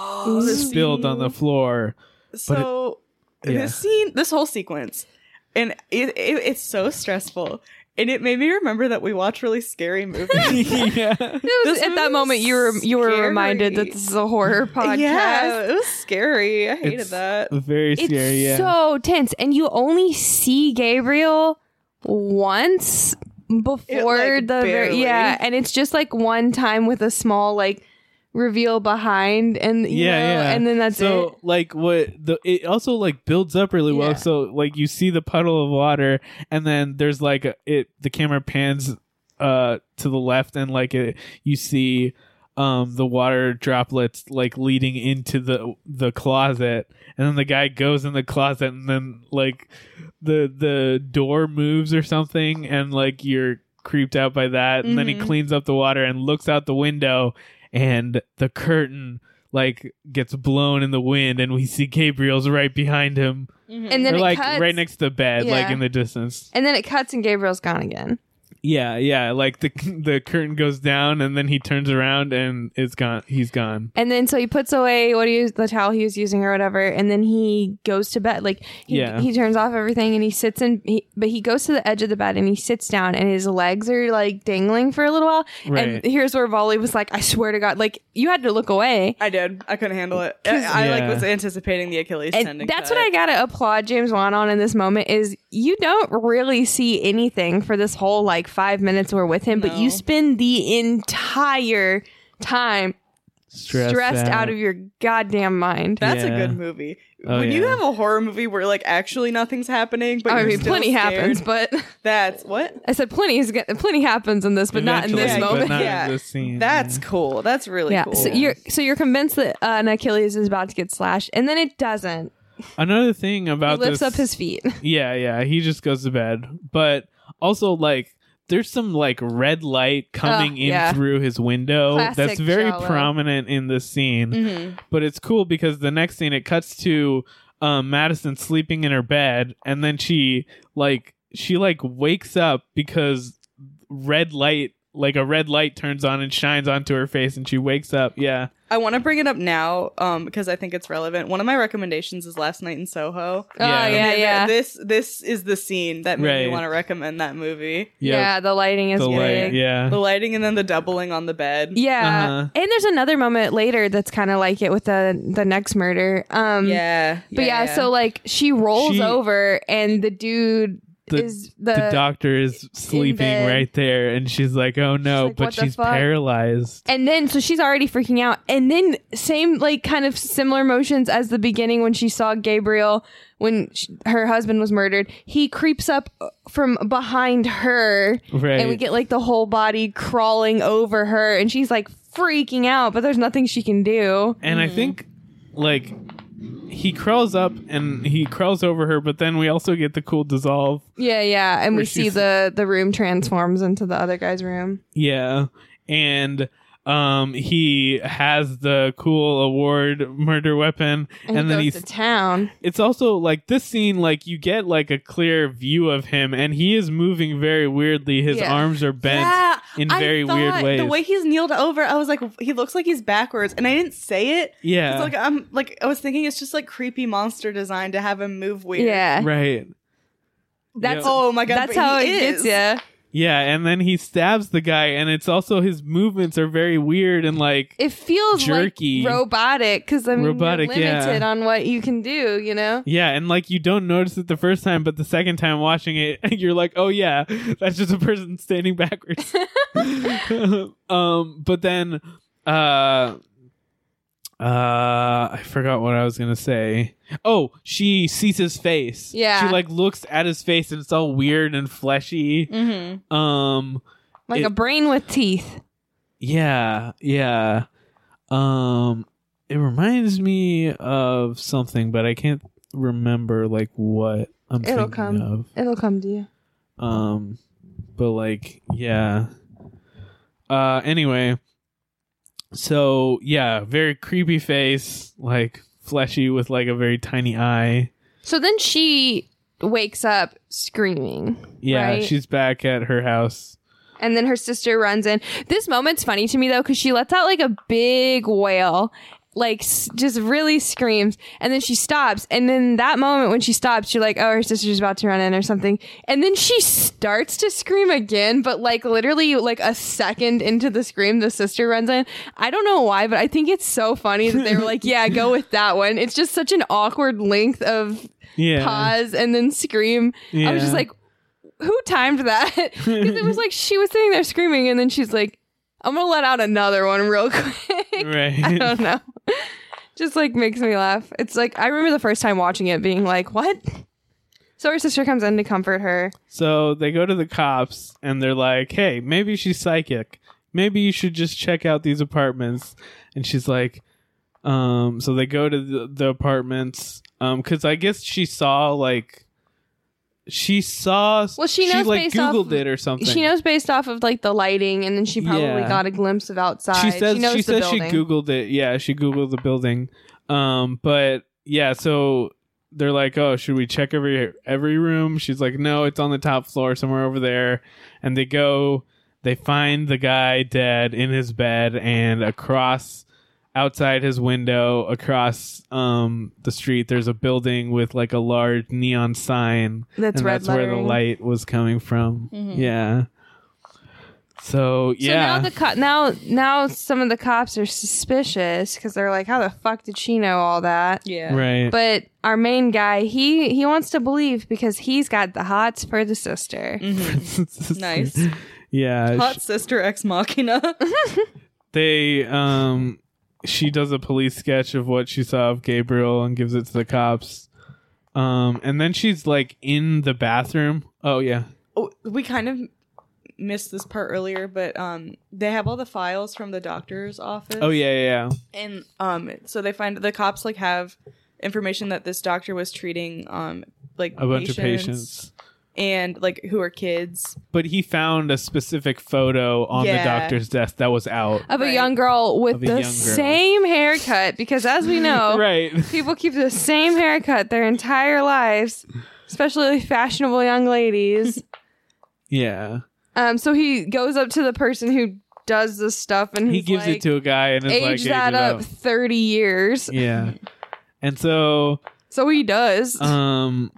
B: spilled on the floor.
C: So
B: yeah.
C: this scene, this whole sequence, and it, it, it's so stressful. And it made me remember that we watch really scary movies.
B: yeah.
A: It was-
C: This
A: at that
C: movie's
A: moment you were you were reminded that
C: scary.
A: this is a horror podcast
C: Yeah, it was scary. I hated
B: It's
C: that.
B: Very
A: it's
B: scary. yeah.
A: so tense and you only see gabriel once before
C: It, like,
A: the ver-
C: barely.
A: yeah and it's just like one time with a small like reveal behind and you
B: yeah,
A: know,
B: yeah.
A: and then that's
B: so
A: it
B: like what the it also like builds up really well.
A: Yeah.
B: So like you see the puddle of water, and then there's like a, it. The camera pans uh to the left, and like it, you see um the water droplets like leading into the the closet and then the guy goes in the closet and then like the the door moves or something and like you're creeped out by that and
A: Mm-hmm.
B: then he cleans up the water and looks out the window and the curtain like gets blown in the wind and we see Gabriel's right behind him
A: And then
B: or
A: it
B: like
A: cuts,
B: right next to the bed like
A: Yeah.
B: in the distance
A: and then it cuts, and Gabriel's gone again.
B: yeah yeah like the the curtain goes down and then he turns around and it's gone he's gone
A: And then so he puts away what he was, the towel he was using or whatever, and then he goes to bed. Like he,
B: Yeah.
A: he turns off everything and he sits in. He, but he goes to the edge of the bed and he sits down, and his legs are like dangling for a little while.
B: Right.
A: And here's where Volley was like, "I swear to God, like you had to look away."
J: I did. I couldn't handle it. I, I,
B: Yeah.
J: like was anticipating the Achilles
A: And
J: tendon.
A: that's
J: cut.
A: what I gotta applaud James Wan on in this moment is you don't really see anything for this whole like five minutes we're with him, but you
J: No.
A: spend the entire time stressed, out. of your goddamn mind.
J: That's
B: Yeah.
J: a good movie.
B: Oh,
J: when you
B: yeah.
J: have a horror movie where like actually nothing's happening, but
A: I
J: you're
A: mean,
J: still
A: plenty
J: scared,
A: happens, but
J: That's what.
A: I said plenty is get- plenty happens in this, but not in this
B: Eventually, but
A: moment.
B: not in
J: Yeah.
B: this scene,
J: That's
B: yeah.
J: cool. That's really
A: yeah,
J: cool.
A: so you're so you're convinced that uh, an Achilles is about to get slashed, and then it doesn't.
B: Another thing
A: He
B: about
A: lifts
B: this,
A: up his feet. Oh,
B: Yeah, yeah. He just goes to bed. But also, like, there's some like red light coming in
A: yeah.
B: through his window.
A: Classic
B: that's very
A: Jello. Mm-hmm.
B: prominent in this scene. But it's cool because the next scene it cuts to um, Madison sleeping in her bed, and then she like she like wakes up because red light like a red light turns on and shines onto her face, and she wakes up. Yeah.
J: I want to bring it up now um, because I think it's relevant. One of my recommendations is Last Night in Soho.
B: Yeah.
A: Oh yeah, yeah,
J: This this is the scene that made
B: Right.
J: me want to recommend that movie.
A: yeah. The lighting is
B: The light.
A: big.
B: Yeah.
J: The lighting and then the doubling on the bed.
A: Yeah.
B: Uh-huh.
A: And there's another moment later that's kind of like it with the the next murder. Um
J: Yeah.
A: but yeah, so like she rolls
B: She-
A: over and the dude
B: The-
A: is the,
B: the doctor is sleeping
A: uh, bed.
B: right there and she's like oh no
A: like,
B: but
A: "What the
B: she's
A: fuck?"
B: paralyzed
A: and then so she's already freaking out and then same like kind of similar motions as the beginning when she saw Gabriel when sh her husband was murdered. He creeps up uh, from behind her
B: right
A: and we get like the whole body crawling over her and she's like freaking out but there's nothing she can do.
B: And i think like he crawls up and he crawls over her but then we also get the cool dissolve
A: Yeah, yeah, and
B: Where
A: we see
B: she's-
A: the the room transforms into the other guy's room.
B: yeah and um he has the cool award murder weapon
A: And,
B: and,
A: he
B: then
A: goes
B: he's
A: to town.
B: it's also like this scene like you get like a clear view of him and he is moving very weirdly his
A: Yeah.
B: arms are bent
J: Yeah,
B: in
J: I
B: very
J: thought
B: weird ways
J: The way he's kneeled over, I was like, he looks like he's backwards, and I didn't say it. 'cause,
B: yeah
J: like I'm like I was thinking it's just like creepy monster design to have him move weird.
A: Yeah,
B: right
A: that's
B: Yeah.
J: Oh my god,
A: that's
J: but
A: how
J: he
A: it
J: is.
A: gets you.
B: Yeah, and then he stabs the guy, and it's also his movements are very weird and like
A: It feels
B: Jerky.
A: like robotic because I mean
B: Robotic,
A: you're limited
B: yeah.
A: on what you can do. You know,
B: yeah, and like you don't notice it the first time, but the second time watching it, you're like, oh yeah, that's just a person standing backwards. um, but then, uh, uh, I forgot what I was gonna say. Oh, she sees his face.
A: Yeah.
B: she like looks at his face, and it's all weird and fleshy.
J: Mm-hmm.
B: Um,
A: like
B: It-
A: a brain with teeth.
B: Yeah, yeah. Um it reminds me of something, but I can't remember like what I'm
A: It'll
B: thinking
A: come.
B: of.
A: It'll come to you.
B: Um but like yeah. Uh anyway. So yeah, very creepy face, like fleshy with like a very tiny eye.
A: So then she wakes up screaming.
B: Yeah,
A: Right.
B: she's back at her house.
A: And then her sister runs in. This moment's funny to me though because she lets out like a big wail, like s- just really screams, and then she stops. And then that moment when she stops, you're like, oh, her sister's about to run in or something. And then she starts to scream again, but like literally like a second into the scream, the sister runs in. I don't know why, but I think it's so funny that they were like, yeah, go with that one. It's just such an awkward length of
B: Yeah.
A: pause and then scream. I
B: Yeah.
A: was just like, who timed that? Because it was like she was sitting there screaming, and then she's like, I'm gonna let out another one real quick.
B: Right.
A: I don't know. Just like makes me laugh. It's like I remember the first time watching it being like, what? So her sister comes in to comfort her.
B: So they go to the cops and they're like, "Hey, maybe she's psychic. maybe you should just check out these apartments. And she's like, um, so they go to the, the apartments. Um, cause I guess she saw like, she saw,
A: Well, she knows
B: like
A: based off-
B: Googled it or something.
A: She knows based off of like the lighting, and then she probably
B: Yeah.
A: got a glimpse of outside.
B: She says she,
A: knows the
B: says
A: building.
B: she googled it. Yeah, she googled the building. Um, but yeah, so they're like, oh, should we check every every room? She's like, no, it's on the top floor somewhere over there. And they go, they find the guy dead in his bed, and across outside his window, across um the street, there's a building with like a large neon sign.
A: That's
B: and
A: red
B: that's where the
A: lettering. Mm-hmm.
B: light was coming from.
C: Mhm.
B: Yeah. So
A: So
B: yeah.
A: now the co- now now some of the cops are suspicious because they're like, how the fuck did she know all that?
C: Yeah.
B: Right.
A: But our main guy, he he wants to believe because he's got the hots for the sister.
B: Mm-hmm.
C: Nice.
B: Yeah. sh-
C: Hot sister ex machina.
B: They um she does a police sketch of what she saw of Gabriel and gives it to the cops. Um and then she's like in the bathroom. Oh yeah.
J: Oh, we kind of missed this part earlier, but um, they have all the files from the doctor's office.
B: Oh yeah, yeah, yeah.
J: and um, so they find the cops like have information that this doctor was treating um, like
B: A bunch of patients.
J: and like who are kids.
B: But he found a specific photo on the
J: Yeah.
B: doctor's desk that was out.
A: Of a
J: Right.
A: young girl with
B: Of a
A: the
B: young girl.
A: same haircut, because as we know,
B: Right.
A: people keep the same haircut their entire lives, especially fashionable young ladies.
B: Yeah.
A: Um, so he goes up to the person who does this stuff, and
B: He
A: he's
B: gives
A: like,
B: it to a guy and it's
A: age
B: like "Age
A: that
B: it
A: up
B: up.
A: thirty years.
B: Yeah. And so
A: So he does.
B: Um.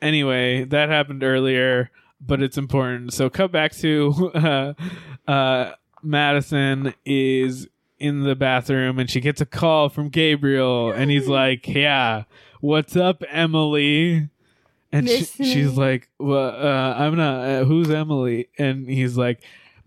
B: Anyway, that happened earlier, but it's important. So cut back to uh, uh, Madison is in the bathroom and she gets a call from Gabriel, and he's like, "Yeah, what's up, Emily?" And she,
A: Listen.
B: she's like, "Well, uh, I'm not. Uh, who's Emily?" And he's like.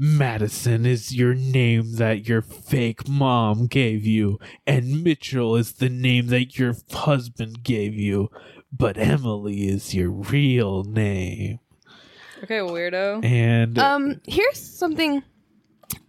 B: Madison is your name that your fake mom gave you, and Mitchell is the name that your husband gave you but Emily is your real name.
C: okay, weirdo.
B: And
A: um, here's something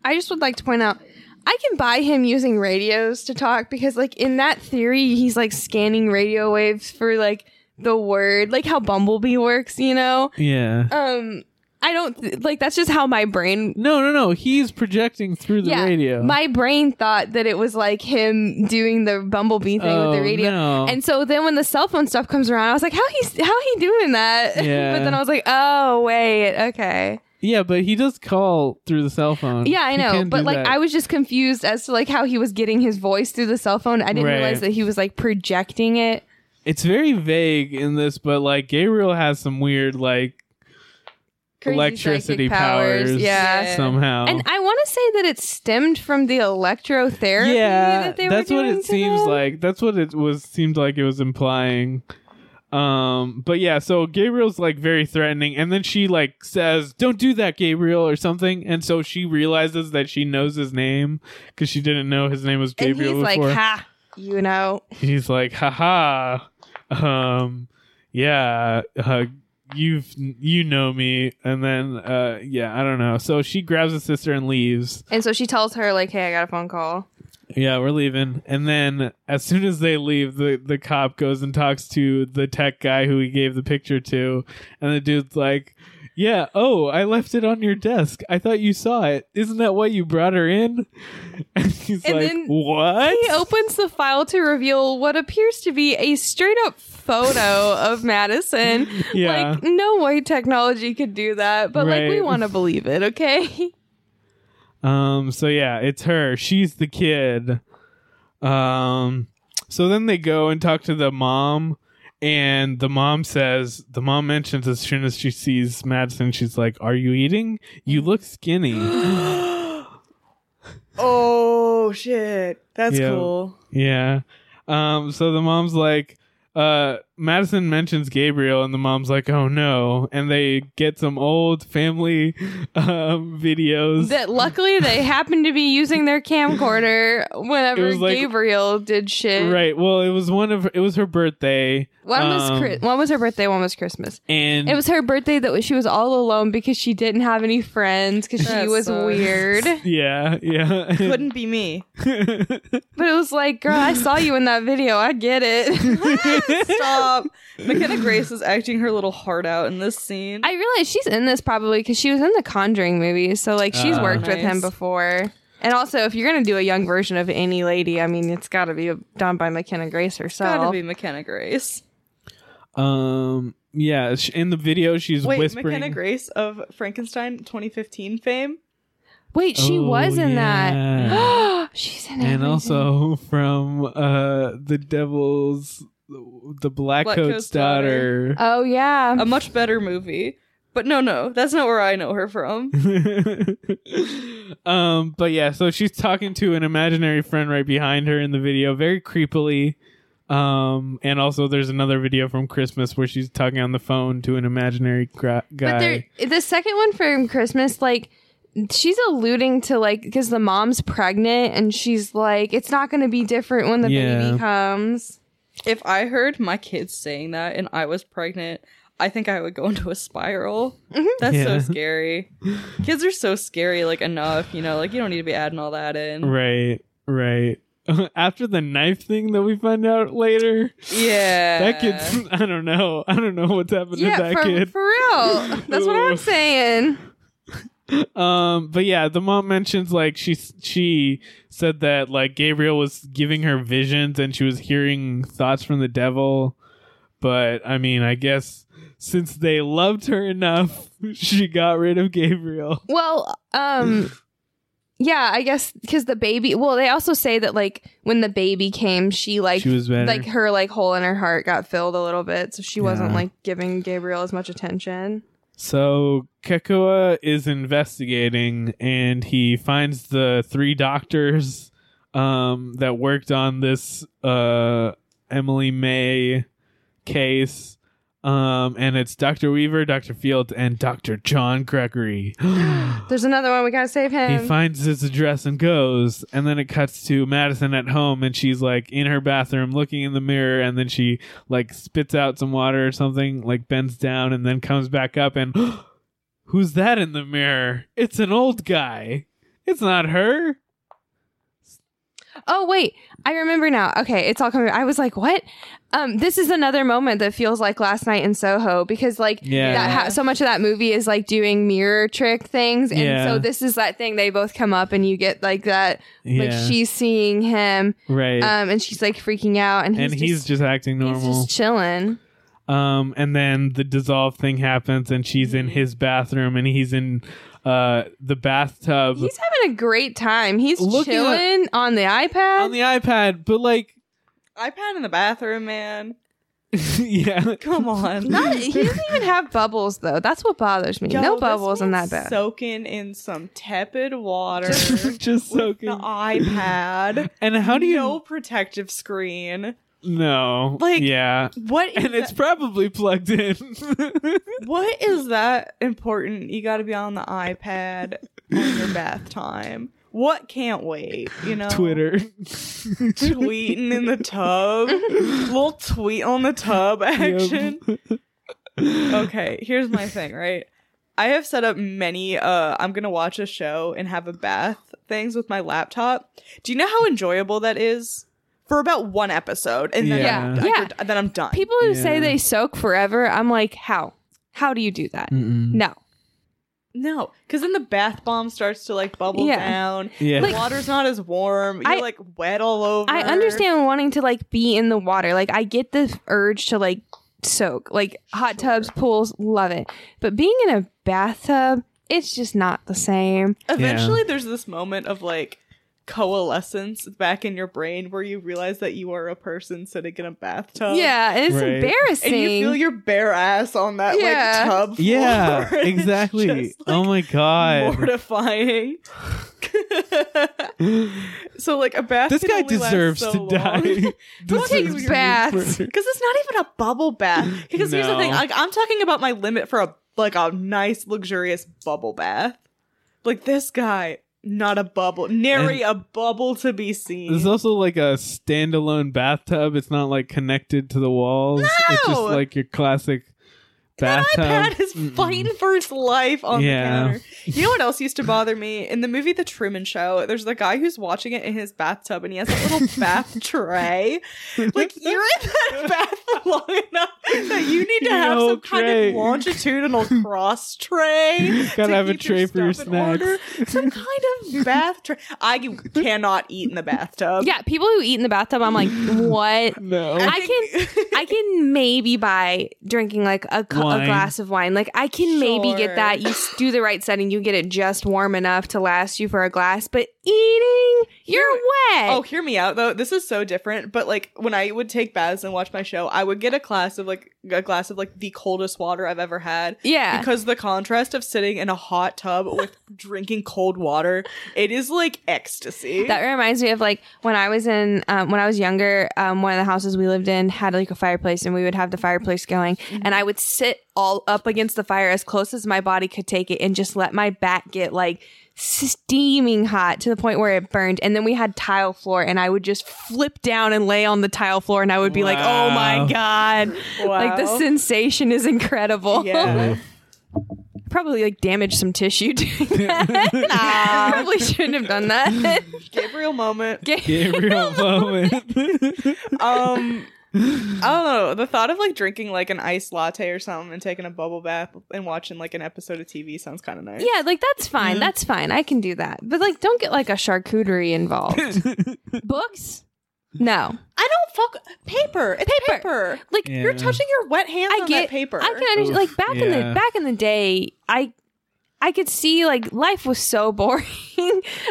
A: I just would like to point out. I can buy him using radios to talk because, like, in that theory, he's like scanning radio waves for like the word, like how Bumblebee works, you know.
B: yeah.
A: Um, I don't th- like that's just how my brain
B: no, no, no. He's projecting through the radio.
A: My brain thought that it was like him doing the bumblebee thing with
B: Oh,
A: the radio.
B: no.
A: And so then when the cell phone stuff comes around, I was like, how he's how he doing that?
B: Yeah.
A: but then I was like, oh wait, okay.
B: yeah, but he does call through the cell phone.
A: Yeah, I
B: He
A: know.
B: can
A: But
B: do
A: like
B: that.
A: I was just confused as to like how he was getting his voice through the cell phone. I didn't
B: Right.
A: realize that he was like projecting it.
B: it's very vague in this, but like Gabriel has some weird like
A: Crazy
B: electricity
A: psychic powers.
B: powers.
A: Yeah.
B: somehow.
A: And I want to say that it stemmed from the electrotherapy
B: yeah,
A: that they
B: that's
A: were
B: what
A: doing
B: it
A: to
B: seems
A: them.
B: like. That's what it was seemed like it was implying. Um, but yeah, so Gabriel's like very threatening, and then she like says, "Don't do that, Gabriel," or something, and so she realizes that she knows his name because she didn't know his name was
A: And
B: Gabriel
A: he's
B: before.
A: like, ha, you know.
B: he's like, "Haha, um, yeah, uh, you've you know me," and then uh, yeah, I don't know. So she grabs his sister and leaves,
A: And so she tells her, like, hey, I got a phone call.
B: Yeah, we're leaving. And then as soon as they leave, the, the cop goes and talks to the tech guy who he gave the picture to. And the dude's like, Yeah, oh, I left it on your desk. I thought you saw it. Isn't that why you brought her in? And he's
A: And
B: like,
A: then
B: What?
A: He opens the file to reveal what appears to be a straight up photo of Madison.
B: Yeah.
A: Like, no way technology could do that, but like, we
B: Right.
A: want to believe it, okay?
B: Um, so yeah, it's her. She's the kid. Um, so then they go and talk to the mom, and the mom says, the mom mentions as soon as she sees Madison, she's like, Are you eating? You look skinny.
J: Oh shit, that's
B: Yeah.
J: cool.
B: yeah. Um, so the mom's like, uh, Madison mentions Gabriel, and the mom's like, "Oh no!" And they get some old family um, videos.
A: That luckily they happened to be using their camcorder whenever
B: was like-
A: Gabriel did shit.
B: right. Well, it was one of it was her birthday.
A: One was
B: um,
A: Chri- one was her birthday, one was Christmas.
B: and
A: It was her birthday that was- she was all alone because she didn't have any friends because she
K: That
A: was
K: sucks.
A: weird.
B: yeah, yeah.
C: Couldn't be me.
A: But it was like, girl, I saw you in that video. I get it.
C: Stop. McKenna Grace is acting her little heart out in this scene.
A: I realize she's in this probably because she was in the Conjuring movies, so like she's
B: Ah.
A: worked with him
K: Nice.
A: before. And also, if you're gonna do a young version of any lady, I mean, it's got to be done by McKenna Grace herself.
C: Gotta be McKenna Grace.
B: um. Yeah. sh- In the video, she's
C: Wait,
B: whispering.
C: McKenna Grace of Frankenstein 2015 fame.
A: Wait, she
B: Oh,
A: was in
B: yeah.
A: that. she's in it.
B: and also from uh the devil's the black,
C: Black
B: coat's
C: Coat's
B: daughter.
A: Oh yeah.
B: Um,
C: a much better movie. But no, no, that's not where I know her from.
B: um but yeah so she's talking to an imaginary friend right behind her in the video very creepily um and also there's another video from christmas where she's talking on the phone to an imaginary gra- guy
A: But there, the second one from Christmas, like she's alluding to like because the mom's pregnant and she's like, it's not going to be different when the
B: Yeah.
A: baby comes.
C: If I heard my kids saying that and I was pregnant, I think I would go into a spiral. That's
B: Mm-hmm. Yeah.
C: so scary. Kids are so scary, like enough, you know, like you don't need to be adding all that in.
B: right
A: Mm-hmm.
B: right after the knife thing that we find out later
C: Yeah.
B: that kid's i don't know i don't know what's happened to
A: Uh. Yeah,
B: that
A: for,
B: kid
A: for real. That's what I'm
B: Oof.
A: saying.
B: Um, but yeah, the mom mentions like she she said that like Gabriel was giving her visions and she was hearing thoughts from the devil. But I mean, I guess since they loved her enough, she got rid of Gabriel.
A: Well, um yeah, I guess cuz the baby, well, they also say that like when the baby came, she like
B: She was better.
A: like her like hole in her heart got filled a little bit, so she wasn't
B: Yeah.
A: like giving Gabriel as much attention.
B: So Kekua is investigating and he finds the three doctors um, that worked on this uh, Emily May case. Um, and it's Dr. Weaver, Dr. Field, and Dr. John Gregory.
A: There's another one we got to save
B: he
A: him.
B: finds his address and goes. And then it cuts to Madison at home and she's like in her bathroom looking in the mirror. And then she like spits out some water or something, like bends down and then comes back up. And who's that in the mirror? It's an old guy. It's not her.
A: Oh wait, I remember now. Okay, it's all coming. I was like, what? Um, this is another moment that feels like last night in Soho because like
B: Yeah.
A: that ha- so much of that movie is like doing mirror trick things, and
B: Yeah.
A: so this is that thing. They both come up, and you get like that. Like
B: Yeah.
A: she's seeing him,
B: Right.
A: um, and she's like freaking out, and he's
B: and he's
A: just,
B: just, acting
A: he's
B: normal.
A: just chilling.
B: um, and then the dissolve thing happens, and she's
A: Mm-hmm.
B: in his bathroom, and he's in uh the bathtub
A: He's having a great time. He's
B: Looking at-
A: chilling on the iPad.
B: on the iPad. But like,
C: iPad in the bathroom, man.
B: yeah,
C: Come on.
A: Not- he doesn't even have bubbles though. That's what bothers me.
C: Yo,
A: no
C: this
A: bubbles in that
C: man's
A: bed.
C: Soaking in some tepid water.
B: just
C: The
B: soaking.
C: iPad.
B: And how do you
C: No protective screen.
B: no?
C: Like-
B: yeah,
C: What is
B: and it's probably plugged in.
C: What is that important? You got to be on the iPad on your bath time. What can't wait? You know,
B: Twitter.
C: tweeting in the tub, little tweet on the tub action. Okay, here's my thing. Right, I have set up many. Uh, I'm gonna watch a show and have a bath things with my laptop. Do you know how enjoyable that is? For about one episode, and then
B: Yeah.
C: I'm, I
A: Yeah.
C: could- then I'm done.
A: people who
B: Yeah.
A: say they soak forever, I'm like, how? How do you do that?
B: Mm-mm.
A: No.
C: No, because then the bath bomb starts to like bubble
A: Yeah.
C: down.
B: Yeah.
C: The
B: Like-
C: water's not as warm. You're
A: I-
C: like wet all over.
A: I understand wanting to like be in the water. Like I get the urge to like soak. Like hot tubs, pools, love it. But being in a bathtub, it's just not the same.
C: Eventually, there's this moment of like coalescence back in your brain where you realize that you are a person sitting in a bathtub.
A: yeah, it's
B: Right.
A: embarrassing.
C: Oh. And you feel your bare ass on that
A: Yeah.
C: like tub.
B: yeah,
C: floor. It's
B: exactly.
C: just, like,
B: oh my god.
C: Mortifying. so like a bath.
B: This
C: can
B: guy
C: only last
B: deserves
C: so
B: to
C: long.
B: die.
C: Don't
B: Deserves
C: take
B: to
C: baths
B: be
C: because it's not even a bubble bath. Because here's the thing:
B: No.
C: like I'm talking about my limit for a like a nice luxurious bubble bath. Like this guy, not a bubble, nary a bubble to be seen.
B: There's also like a standalone bathtub. It's not like connected to the walls. It's just
C: No!
B: like your classic
C: That
B: bathtub.
C: iPad is
B: Mm-mm.
C: fighting for its life on
B: Yeah.
C: the counter. You know what else used to bother me? In the movie The Truman Show, there's the guy who's watching it in his bathtub and he has a little bath tray. Like, you're in that bath long enough that you need to
B: Your
C: have
B: whole
C: some kind
B: tray.
C: of longitudinal cross tray.
B: Gotta
C: to
B: have a
C: keep your
B: tray for your
C: stuff in order. Some kind of bath tray. I cannot eat in the bathtub.
A: Yeah, people who eat in the bathtub, I'm like, what?
B: No.
A: I can, I can maybe buy drinking like a, cu- a
B: Wine.
A: glass of wine. Like I can maybe
C: Sure.
A: get that. You s- do the right setting, you get it just warm enough to last you for a glass. But eating, you're wet.
C: Oh, hear me out though. This is so different. But like when I would take baths and watch my show, I would get a glass of like a glass of like the coldest water I've ever had.
A: yeah.
C: Because the contrast of sitting in a hot tub with drinking cold water, it is like ecstasy.
A: That reminds me of like when I was in um, when I was younger. Um, one of the houses we lived in had like a fireplace, and we would have the fireplace going, and I would sit all up against the fire as close as my body could take it, and just let my back get like steaming hot to the point where it burned. And then we had tile floor, and I would just flip down and lay on the tile floor, and I would be like, "Oh
B: Wow.
A: my god!" Like the
C: Wow.
A: sensation is incredible.
C: yeah.
A: Probably like damaged some tissue. Doing that. Probably shouldn't have done that.
C: Gabriel moment.
B: Gabriel moment.
C: Um I don't know. The thought of like drinking like an iced latte or something and taking a bubble bath and watching like an episode of TV sounds kind of nice.
A: Yeah, like that's fine. That's fine. I can do that. But like don't get like a charcuterie involved. Books? No.
C: I don't fuck paper. It's paper. Like you're
B: Yeah.
C: touching your wet hands
A: I
C: on
A: get
C: that paper.
A: I can understand
B: Oof,
A: like back in
B: yeah.
A: the back in the day, I I could see like life was so boring.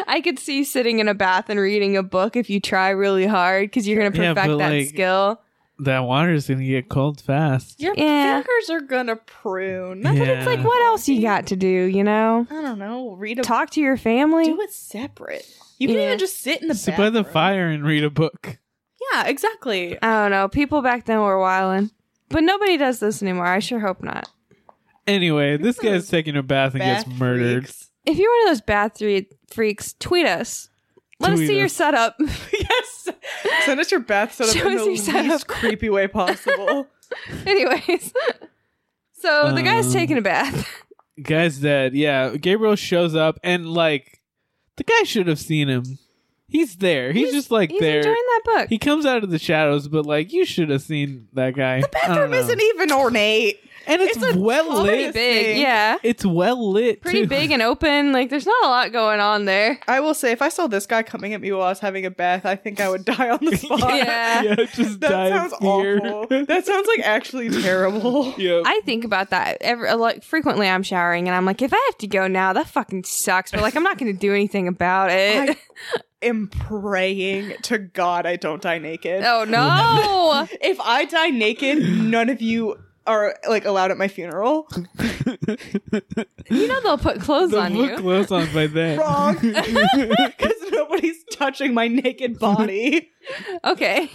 A: I could see sitting in a bath and reading a book if you try really hard cuz you're going to
B: Yeah,
A: perfect
B: but,
A: that
B: like-
A: skill.
B: that water's gonna get cold fast.
C: Your
A: Yeah.
C: fingers are gonna prune.
A: But it's like
B: Yeah.
A: what else you got to do, you know?
C: I don't know. Read a
A: Talk to your family.
C: Do it separate. You can
A: Yeah.
C: even just sit in the
B: Sit by
C: bathroom.
B: the fire and read a book.
C: Yeah, exactly.
A: I don't know. People back then were wilding. But nobody does this anymore. I sure hope not.
B: Anyway, this guy's taking a bath and
C: Bath
B: gets murdered.
C: freaks.
A: if you're one of those bath three freaks, tweet us. Let us
B: Tweet
A: see your
B: us.
A: setup.
C: yes. Send us your bath setup
A: Show
C: in
A: us
C: the
A: your
C: least
A: setup.
C: creepy way possible.
A: Anyways, so the guy's
B: Um,
A: taking a bath.
B: Guy's dead. Yeah, Gabriel shows up and like the guy should have seen him. He's there. He's, just like
A: He's
B: there.
A: enjoying that book.
B: He comes out of the shadows, but like you should have seen that guy. The
C: Bathroom isn't even ornate.
B: and it's,
C: it's a
B: well
C: comedy bit.
B: lit.
A: big,
C: thing.
A: yeah,
B: It's well lit.
A: pretty
B: too.
A: big and open. Like there's not a lot going on there.
C: I will say, if I saw this guy coming at me while I was having a bath, I think I would die on the spot.
A: Yeah.
B: yeah, just
C: That
B: die of
C: sounds
B: fear.
C: awful. That sounds like actually terrible.
B: Yep.
A: I think about that every a lot frequently. I'm showering and I'm like, if I have to go now, that fucking sucks. But like, I'm not going to do anything about it.
C: I am praying to God I don't die naked.
A: oh no!
C: If I die naked, none of you are like allowed at my funeral.
A: you know they'll put clothes
B: They'll
A: on
B: put
A: you.
B: clothes on by then.
C: Wrong. Because nobody's touching my naked body.
A: Okay,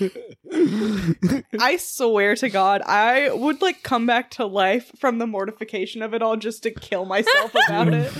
C: I swear to God, I would like come back to life from the mortification of it all just to kill myself about it.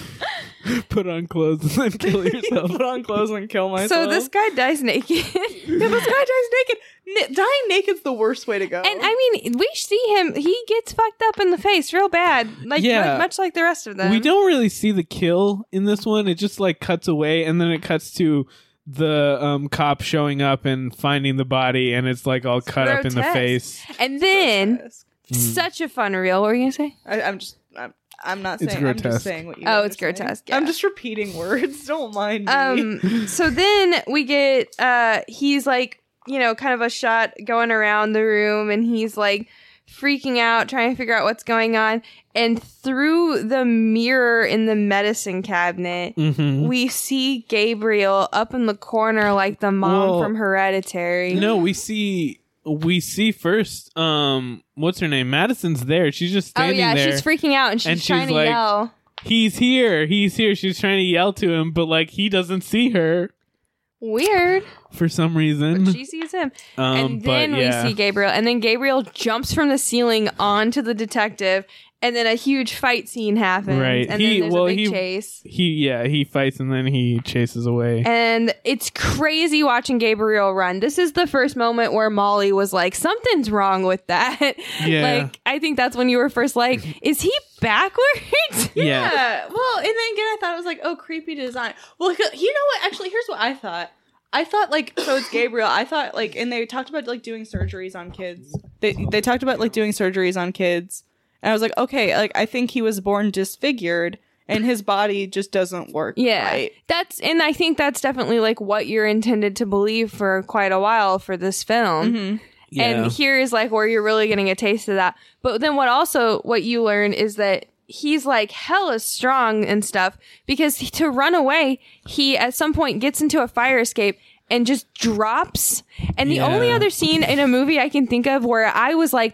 B: Put on clothes and then kill yourself.
C: Put on clothes and kill myself.
A: so this guy dies naked.
C: Yeah, this guy dies naked. N- dying naked's the worst way to go.
A: And I mean, we see him; he gets fucked up in the face real bad, like
B: Yeah.
A: mu- much like the rest of them.
B: We don't really see the kill in this one. It just like cuts away and then it cuts to the um, cop showing up and finding the body and it's like all cut up in the
A: grotesque.
B: face.
A: And then,
B: Hmm.
A: such a fun reel. What were you gonna say?
C: I, I'm just. I'm, I'm not
B: It's
C: saying. I'm just
B: grotesque.
C: saying what you.
A: Oh,
C: guys
A: it's
C: are saying.
A: grotesque,
C: I'm
A: yeah.
C: just repeating words. Don't mind me.
A: Um, so then we get uh, he's like, you know, kind of a shot going around the room, and he's like freaking out, trying to figure out what's going on. And through the mirror in the medicine cabinet,
B: Mm-hmm.
A: we see Gabriel up in the corner, like the mom
B: Well,
A: from Hereditary.
B: No, we see we see first um what's her name? Madison's there. She's just
A: Oh
B: standing
A: yeah,
B: there.
A: she's freaking out and she's
B: And she's
A: trying to
B: like-
A: yell.
B: he's here, he's here. She's trying to yell to him, but like he doesn't see her
A: Weird.
B: for some reason.
A: But she sees him.
B: Um,
A: and
B: but
A: then
B: yeah.
A: we see Gabriel. And then Gabriel jumps from the ceiling onto the detective. And then a huge fight scene happens.
B: Right.
A: And
B: He-
A: then there's
B: well,
A: a big
B: he-
A: chase.
B: he yeah he fights and then he chases away.
A: And it's crazy watching Gabriel run. This is the first moment where Molly was like, something's wrong with that.
B: Yeah.
A: like, I think that's when you were first like, is he backwards?
B: yeah.
J: Yeah. Well, and then again, I thought it was like, oh, creepy design. Well, c- you know what? Actually, here's what I thought. I thought like so it's Gabriel. I thought like, and they talked about like doing surgeries on kids. They they talked about like doing surgeries on kids, and I was like, okay, like I think he was born disfigured, and his body just doesn't work.
A: Yeah.
J: right.
A: That's and I think that's definitely like what you're intended to believe for quite a while for this film.
B: Yeah.
A: And here is like where you're really getting a taste of that. But then what also what you learn is that he's like hella strong and stuff because he- to run away, he at some point gets into a fire escape and just drops. And the only
B: Yeah.
A: other scene in a movie I can think of where I was like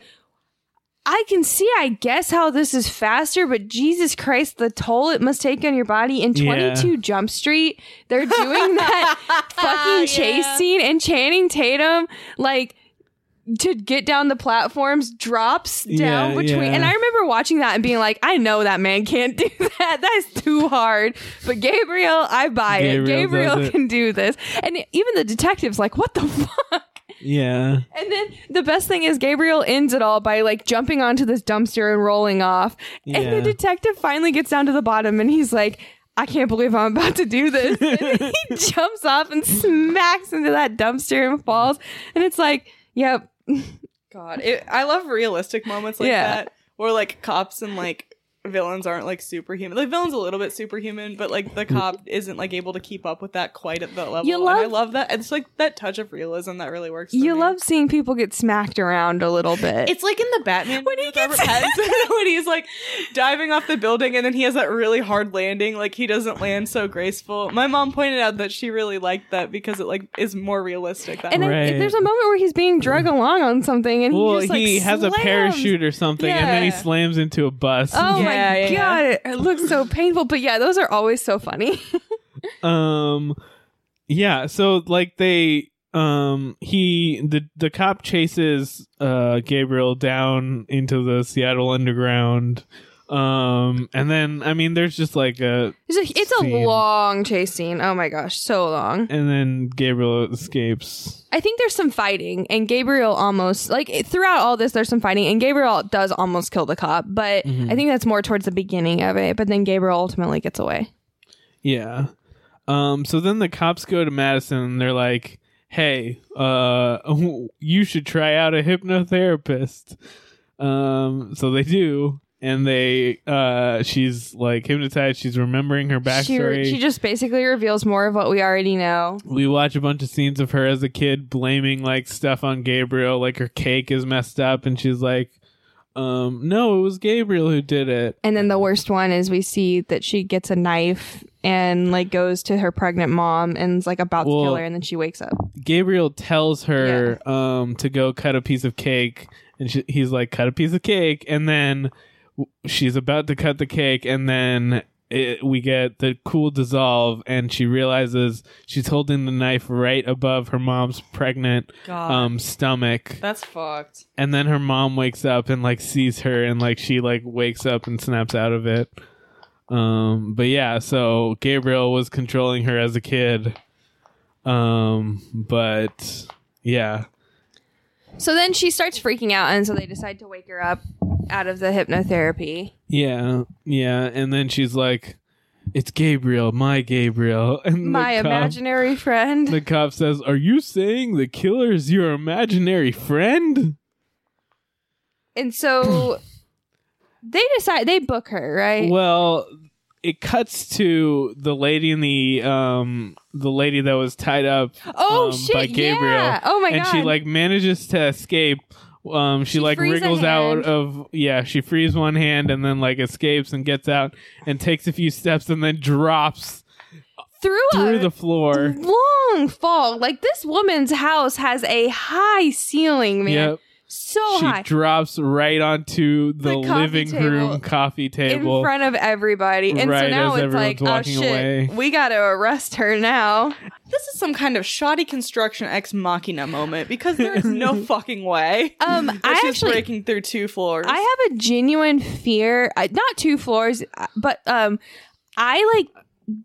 A: I can see, I guess, how this is faster, but Jesus Christ, the toll it must take on your body. In
B: Yeah.
A: 22 Jump Street, they're doing that fucking chase scene, and Channing Tatum, like, to get down the platforms, drops down
B: Yeah,
A: between.
B: yeah.
A: And I remember watching that and being like, I know that man can't do that. That's too hard. But Gabriel, I buy it.
B: Gabriel
A: Gabriel
B: does it.
A: can do this. And even the detective's like, what the fuck?
B: yeah.
A: And then the best thing is Gabriel ends it all by like jumping onto this dumpster and rolling off. And
B: Yeah.
A: the detective finally gets down to the bottom and he's like, I can't believe I'm about to do this. And he jumps off and smacks into that dumpster and falls. And it's like, yep.
J: God, it, I love realistic moments like
A: Yeah.
J: that, where like cops and like villains aren't like superhuman. The villain's a little bit superhuman, but like the cop isn't like able to keep up with that quite at that level.
A: You
J: and I
A: love-
J: love that. It's like that touch of realism that really works. for
A: You
J: me.
A: love seeing people get smacked around a little bit.
J: It's like in the Batman when he
A: gets-
J: gets when he's like diving off the building and then he has that really hard landing. Like he doesn't land so graceful. My mom pointed out that she really liked that because it like is more realistic. That
A: and
J: way.
A: then
B: Right.
A: there's a moment where he's being drug along on something and
B: Mm. Well,
A: he
B: he
A: just like
B: has a
A: slams.
B: parachute or something, and then he
J: Yeah.
B: slams into a bus.
A: Oh
J: Yeah,
A: my
J: yeah,
A: god,
J: yeah.
A: it looks so painful. But yeah, those are always so funny.
B: um yeah so like they um he the the cop chases uh gabriel down into the seattle underground um and then i mean there's just like a
A: It's a, it's a
B: scene.
A: long chase scene. Oh my gosh, so long.
B: and then gabriel escapes
A: I think there's some fighting, and Gabriel almost like throughout all this, there's some fighting, and Gabriel does almost kill the cop, but
B: Mhm.
A: I think that's more towards the beginning of it. But then Gabriel ultimately gets away.
B: yeah um so then the cops go to madison and they're like hey uh you should try out a hypnotherapist um so they do and they uh she's like hypnotized she's remembering her
A: She,
B: backstory
A: she just basically reveals more of what we already know.
B: we watch a bunch of scenes of her as a kid blaming like stuff on Gabriel, like her cake is messed up, and she's like, um, no, it was Gabriel who did it.
A: And then the worst one is we see that she gets a knife and like goes to her pregnant mom and is like about to
B: Well-
A: kill her, and then she wakes up.
B: Gabriel tells her um to go cut a piece of cake, and she, he's like, cut a piece of cake, and then w- she's about to cut the cake, and then it, we get the cool dissolve, and she realizes she's holding the knife right above her mom's pregnant
J: God,
B: um stomach.
J: that's fucked.
B: and then her mom wakes up and like sees her and like she like wakes up and snaps out of it um but yeah so gabriel was controlling her as a kid um but yeah
A: So then she starts freaking out, and so they decide to wake her up out of the hypnotherapy.
B: yeah yeah and then she's like it's gabriel my gabriel and the
A: my
B: cop-
A: imaginary friend.
B: the cop says are you saying the killer is your imaginary friend
A: and so they decide they book her, right?
B: Well, it cuts to the lady in the um the lady that was tied up
A: oh
B: um,
A: shit!
B: by Gabriel.
A: Yeah. Oh my
B: and
A: god!
B: she like manages to escape. Um she,
A: She
B: like
A: frees a
B: wriggles out
A: hand.
B: of yeah, she frees one hand and then like escapes and gets out and takes a few steps and then drops
A: through,
B: through
A: a
B: the floor.
A: long fall. Like this woman's house has a high ceiling, man.
B: Yep.
A: so
B: she
A: high
B: drops right onto the,
A: The coffee
B: living
A: table.
B: room coffee
A: in
B: table.
A: front of everybody. And so
B: Right,
A: now
B: as
A: it's like,
B: everyone's
A: oh
B: walking
A: shit,
B: away.
A: we got to arrest her now.
J: This is some kind of shoddy construction ex machina moment because there is no fucking way.
A: Um,
J: that
A: I
J: she's
A: actually-
J: breaking through two floors.
A: I have a genuine fear, I, not two floors, uh, but um I like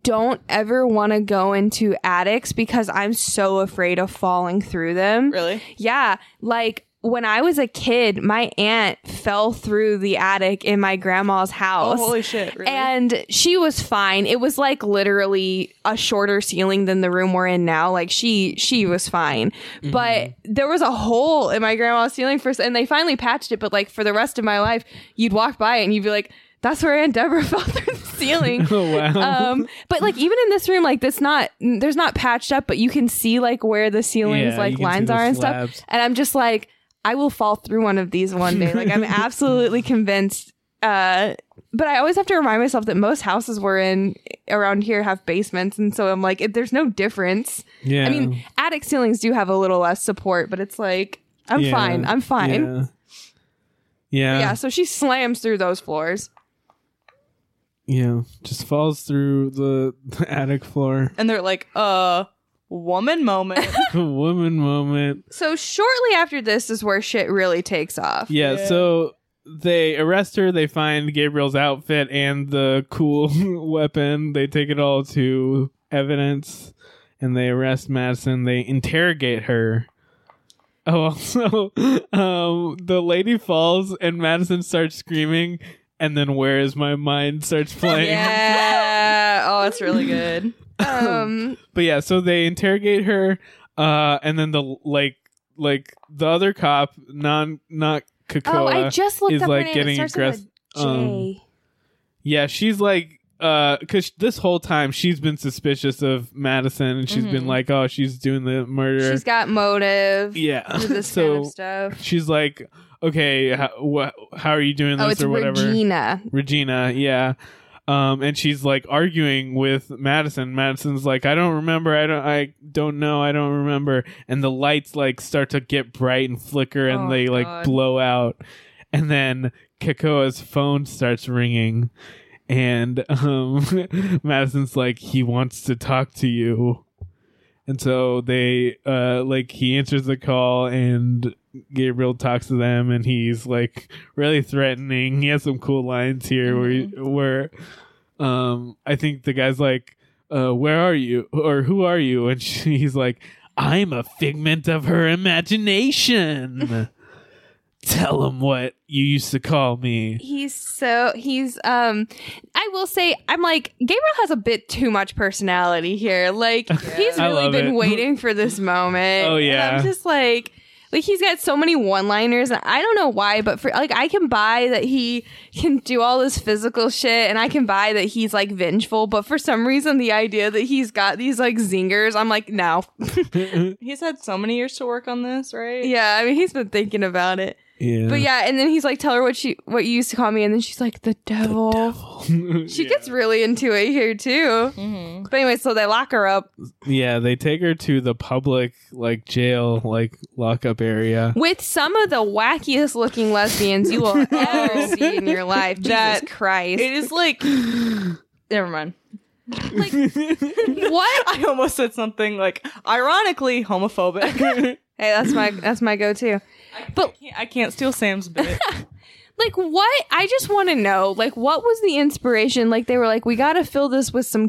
A: don't ever want to go into attics because I'm so afraid of falling through them.
J: really.
A: Yeah, like when I was a kid, my aunt fell through the attic in my grandma's
J: Oh,
A: house.
J: holy shit! Really?
A: And she was fine. It was like literally a shorter ceiling than the room we're in now. Like she she was fine. But there was a hole in my grandma's ceiling first and they finally patched it, but like for the rest of my life, you'd walk by it and you'd be like, That's where Aunt Deborah fell through the ceiling.
B: oh wow!
A: Um but like even in this room, like that's not there's not patched up, but you can see like where the ceilings
B: Yeah, you
A: like
B: can see
A: lines
B: the
A: are and
B: slabs.
A: stuff. And I'm just like, I will fall through one of these one day. Like I'm absolutely convinced uh but I always have to remind myself that most houses we're in eh, around here have basements, and so I'm like, it, there's no difference.
B: yeah,
A: I mean, attic ceilings do have a little less support, but it's like, I'm
B: Yeah.
A: fine, I'm fine.
B: Yeah. Yeah.
A: Yeah. so she slams through those floors.
B: Yeah. Just falls through the, the attic floor.
J: and they're like, uh, woman moment.
B: Woman moment.
A: So shortly after this is where shit really takes off.
B: Yeah,
J: Yeah.
B: so they arrest her, they find Gabriel's outfit and the cool weapon. They take it all to evidence and they arrest Madison. They interrogate her. Oh, also, um, the lady falls and Madison starts screaming, and then Where Is My Mind starts playing.
J: yeah. Oh, that's really good.
A: Um,
B: But yeah, so they interrogate her, uh, and then the like, like the other cop, non not Kakoa.
A: oh, I just looked
B: is,
A: up
B: like,
A: her name. It
B: getting
A: starts with a J.
B: aggress- um, Yeah, she's like, uh, cause this whole time she's been suspicious of Madison, and she's been
J: Mhm.
B: like, oh, she's doing the murder.
A: Mm-hmm. She's got motive.
B: yeah,
A: for This
B: so
A: kind of stuff.
B: she's like, okay, how, wh- how are you doing
A: Oh,
B: this
A: it's
B: or whatever?
A: Regina.
B: Regina, yeah. Um, and she's like arguing with Madison. Madison's like, I don't remember, I don't I don't know, I don't remember. And the lights like start to get bright and flicker and
J: Oh,
B: they like
J: God.
B: blow out. And then Kakoa's phone starts ringing and um Madison's like, he wants to talk to you. And so they uh like he answers the call and Gabriel talks to them and he's like really threatening. He has some cool lines here where where um I think the guy's like uh where are you or who are you and she, he's like I'm a figment of her imagination. Tell him what you used to call me.
A: He's so he's um I will say I'm like Gabriel has a bit too much personality here. Like he's
B: I
A: really
B: love
A: been
B: it.
A: waiting for this moment.
B: Oh,
A: And
B: yeah.
A: I'm just like like he's got so many one-liners and I don't know why, but for like I can buy that he can do all this physical shit and I can buy that he's like vengeful, but for some reason the idea that he's got these like zingers, I'm like, no.
J: He's had so many years to work on this, right?
A: yeah, I mean he's been thinking about it.
B: Yeah.
A: But yeah, and then he's like, tell her what she what you used to call me, and then she's like, the devil. She
B: Yeah.
A: gets really into it here too.
J: Mm-hmm.
A: But anyway, so they lock her up
B: Yeah, they take her to the public like jail like lockup area.
A: with some of the wackiest looking lesbians you will ever
J: Oh.
A: see in your life.
J: That-
A: Jesus Christ.
J: It is like, never mind.
A: what?
J: I almost said something like, ironically, homophobic.
A: Hey, that's my that's my go to.
J: I can't- I can't steal Sam's bit.
A: Like what? I just want to know. Like what was the inspiration? Like they were like, we got to fill this with some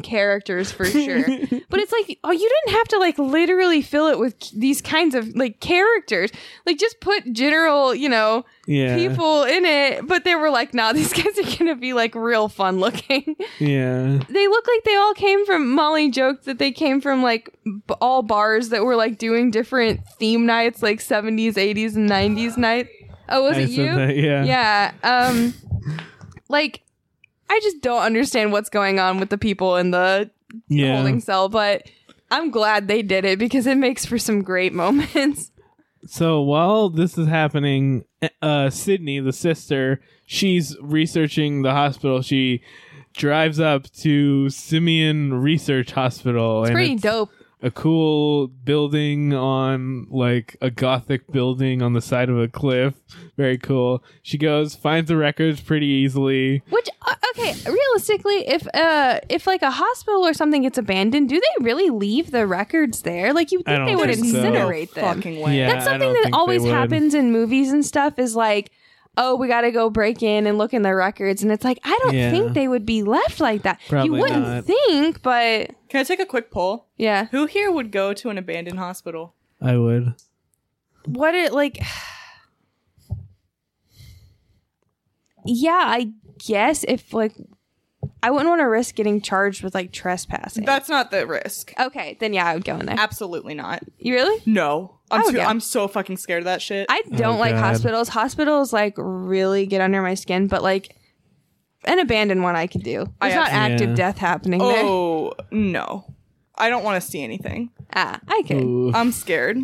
A: characters for sure. but it's like, oh, you didn't have to like literally fill it with these kinds of like characters. Like just put general, you know,
B: yeah.
A: people in it. But they were like, nah, these guys are gonna be like real fun looking.
B: Yeah.
A: they look like they all came from. Molly joked that they came from like b- all bars that were like doing different theme nights, like seventies, eighties, and nineties night. Oh, was
B: I
A: it
B: said
A: you?
B: that, yeah.
A: yeah um like i just don't understand what's going on with the people in the
B: Yeah.
A: holding cell but i'm glad they did it because it makes for some great moments
B: So while this is happening, uh, Sydney, the sister, she's researching the hospital. She drives up to Simeon Research Hospital.
A: it's
B: and
A: pretty
B: it's-
A: dope
B: a cool building on like a gothic building on the side of a cliff. Very cool. She goes, finds the records pretty easily.
A: Which uh, okay, realistically, if uh if like a hospital or something gets abandoned, do they really leave the records there? Like you
B: I
A: think they
B: don't
A: would
B: think so.
A: incinerate them?
C: Fucking way.
B: Yeah,
A: That's
B: I
A: something
B: don't
A: that
B: think they
A: always
B: would.
A: happens in movies and stuff is like, oh, we got to go break in and look in their records. And it's like, I don't
B: Yeah.
A: think they would be left like that.
B: Probably
A: you wouldn't
B: not.
A: think, but
C: Can I take a quick poll?
A: yeah.
C: Who here would go to an abandoned hospital?
B: I would.
L: What it like?
A: Yeah, I guess if like, I wouldn't want to risk getting charged with like trespassing.
C: That's not the risk.
A: okay, then yeah, I would go in there.
C: Absolutely not. Oh,
A: You really?
C: No. I'm
A: I would
C: too,
A: go.
C: I'm so fucking scared of that shit.
A: I don't
B: Oh,
A: like
B: God.
A: hospitals. Hospitals like really get under my skin, but like an abandoned one I could do.
C: I
A: There's not
B: absolutely-
A: active
B: Yeah.
A: death happening there.
C: oh no. I don't want to see anything.
A: Ah, I could.
B: Ooh.
C: I'm scared.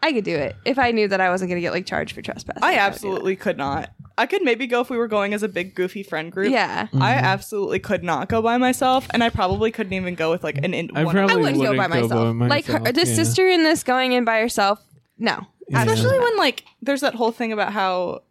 A: I could do it if I knew that I wasn't going to get like charged for trespassing.
C: I
A: would do that.
C: absolutely could not. I could maybe go if we were going as a big goofy friend group.
A: Yeah.
C: I absolutely could not go by myself, and I probably couldn't even go with like an. In-
B: I
C: one-
A: I
B: probably
A: wouldn't go by myself.
B: wouldn't go by
A: Like her,
B: myself,
A: this
B: yeah.
A: sister in this going in by herself. No.
B: Yeah.
C: especially when like there's that whole thing about how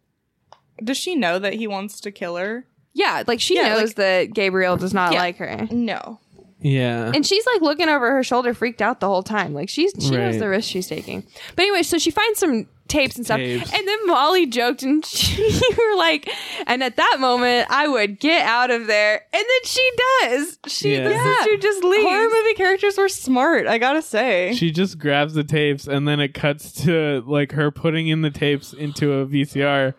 C: does she know that he wants to kill her?
A: Yeah, like she
C: Yeah,
A: knows
C: like-
A: that Gabriel does not
C: Yeah.
A: like her.
C: No,
B: Yeah.
A: And she's like looking over her shoulder, freaked out the whole time. Like she's she knows
B: Right.
A: the risk she's taking. But anyway, so she finds some tapes and stuff.
B: Tapes.
A: And then Molly joked and she, you were like, and at that moment I would get out of there. And then she does. She the
B: Yeah.
A: sister just leaves.
C: horror movie characters were smart. I gotta say,
B: She just grabs the tapes and then it cuts to like her putting in the tapes into a VCR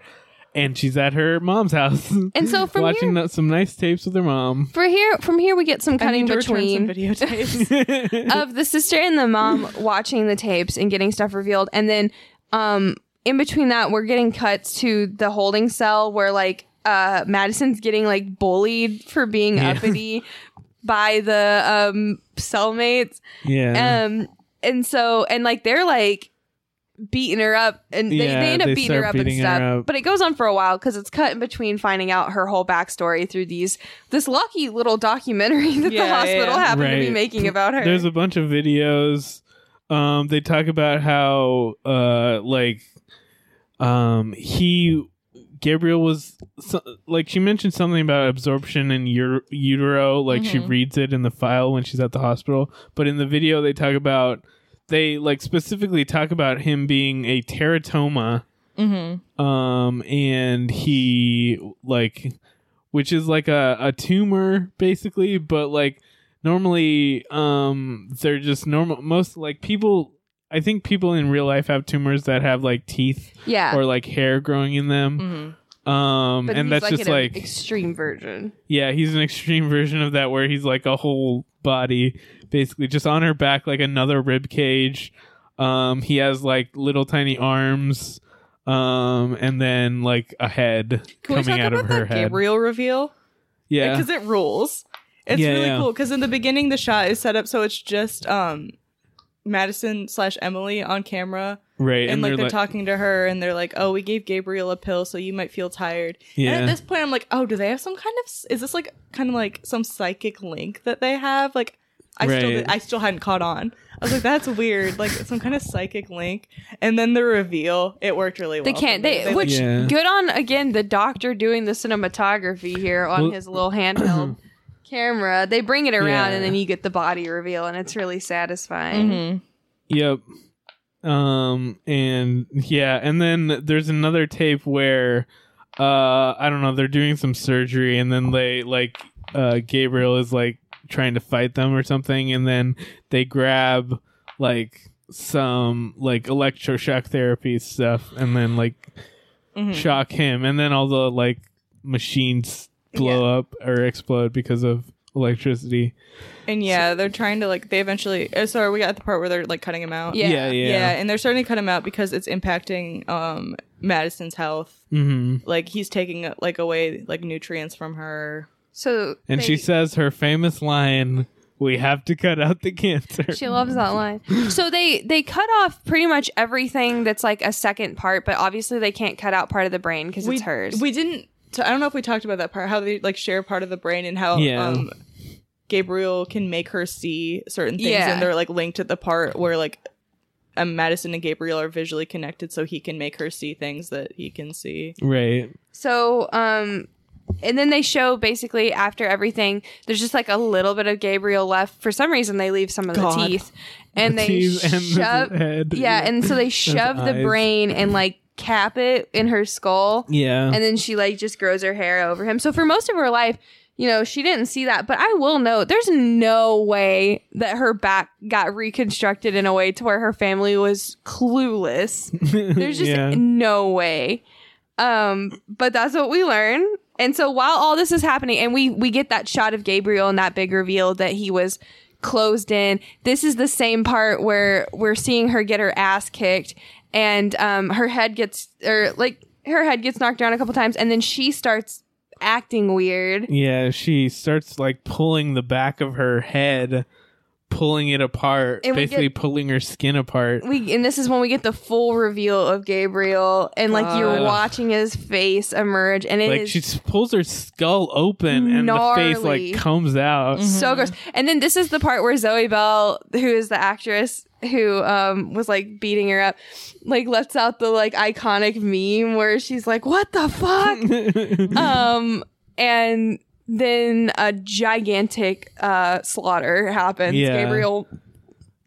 B: and she's at her mom's house.
A: And so from
B: watching
A: here-
B: no- some nice tapes with her mom.
A: For here from here we get some
C: I
A: cutting
C: need to
A: between
C: return some videotapes.
A: of the sister and the mom watching the tapes and getting stuff revealed and then um in between that we're getting cuts to the holding cell where like uh madison's getting like bullied for being
B: Yeah.
A: uppity by the um cellmates
B: yeah.
A: um and so and like they're like beating her up and they,
B: Yeah,
A: they end up
B: they
A: beating her up
B: start
A: and
B: beating
A: stuff
B: her up.
A: but it goes on for a while because it's cut in between finding out her whole backstory through these this lucky little documentary that
C: Yeah,
A: the
C: yeah,
A: hospital
C: yeah.
A: happened to be
B: Right.
A: making about her
B: There's a bunch of videos. Um, they talk about how uh, like um, he Gabriel was so, like she mentioned something about absorption in ur- utero. Like she reads it in the file when she's at the hospital, but in the video they talk about they like specifically talk about him being a teratoma.
C: Mm-hmm.
B: Um, and he like which is like a, a tumor basically but like normally um they're just normal most like people i think people in real life have tumors that have like teeth
A: yeah Mm.
B: or like hair growing in them
C: Mm-hmm.
B: um
A: But he's,
B: and that's
A: like
B: just
A: an
B: like
A: extreme version.
B: yeah he's an extreme version of that where he's like a whole body basically just on her back like another rib cage um he has like little tiny arms um and then like a head
C: Can we
B: coming
C: talk
B: out
C: about
B: of her
C: that
B: head
C: Gabriel reveal?
B: yeah
C: because it rules. It's
B: Yeah,
C: really
B: yeah.
C: cool because in the beginning the shot is set up so it's just um Madison slash Emily on camera,
B: right
C: and, like they're,
B: like-
C: talking to her, and they're like, "Oh, we gave Gabriel a pill, so you might feel tired." And
B: Yeah.
C: at this point, I'm like, "Oh, do they have some kind of? s- Is this like kind of like some psychic link that they have?" Like, I still
B: Right.
C: I still hadn't caught on. I was like, "That's weird, like some kind of psychic link." And then the reveal, it worked really well.
A: They
C: for
A: can't.
C: me.
A: They which
B: Yeah.
A: good on again the doctor doing the cinematography here on
B: Well-
A: his little handheld camera. They bring it around and
B: Yeah. Mm-hmm.
A: then you get the body reveal and it's really satisfying.
C: Mhm.
B: Yep. Um and yeah, and then there's another tape where uh I don't know, they're doing some surgery and then they like uh Gabriel is like trying to fight them or something and then they grab like some like electroshock therapy stuff and then like
C: Mm-hmm. Hmm.
B: shock him and then all the like machines blow up or explode because of electricity.
C: And yeah, they're trying to like they eventually. uh, So are we at the part where they're like cutting him out?
A: Yeah.
B: Yeah,
C: yeah,
B: yeah.
C: and they're starting to cut him out because it's impacting um Madison's health.
B: Mhm.
C: Like he's taking like away like nutrients from her.
A: So
B: And
A: they-
B: she says her famous line, "We have to cut out the cancer."
A: She loves that line. So they they cut off pretty much everything that's like a second part, but obviously they can't cut out part of the brain because
C: we
A: it's hers.
C: We didn't. I I don't know if we talked about that part. How they like share part of the brain and how
B: Yeah.
C: um
J: Gabriel can make her see certain things,
A: Yeah.
J: and they're like linked at the part where like um, Madison and Gabriel are visually connected, so he can make her see things that he can see.
B: Right.
A: So, um, and then they show basically after everything, there's just like a little bit of Gabriel left. For some reason, they leave some of the
J: God.
A: teeth, and they
B: teeth and the
A: shove,
B: head.
A: yeah, and so they
B: Those
A: shove the
B: eyes.
A: brain and like cap it in her skull,
B: Yeah.
A: and then she like just grows her hair over him. So for most of her life. You know, she didn't see that, but I will note there's no way that her back got reconstructed in a way to where her family was clueless. There's just
B: Yeah.
A: no way. Um, but that's what we learn. And so while all this is happening, and we we get that shot of Gabriel and that big reveal that he was closed in. This is the same part where we're seeing her get her ass kicked, and um, her head gets or like her head gets knocked down a couple times, and then she starts acting weird.
B: yeah, she starts like pulling the back of her head, pulling it apart,
A: And we
B: basically
A: get-
B: pulling her skin apart.
A: we and this is when we get the full reveal of Gabriel and like you're
B: God.
A: watching his face emerge and it is
B: like she s- pulls her skull open and the face
A: Gnarly.
B: like comes out.
A: so gross. And then this is the part where Zoe Bell, who is the actress who um was like beating her up, like lets out the like iconic meme where she's like, "What the fuck?" um, and then a gigantic uh slaughter happens.
B: Yeah.
A: Gabriel.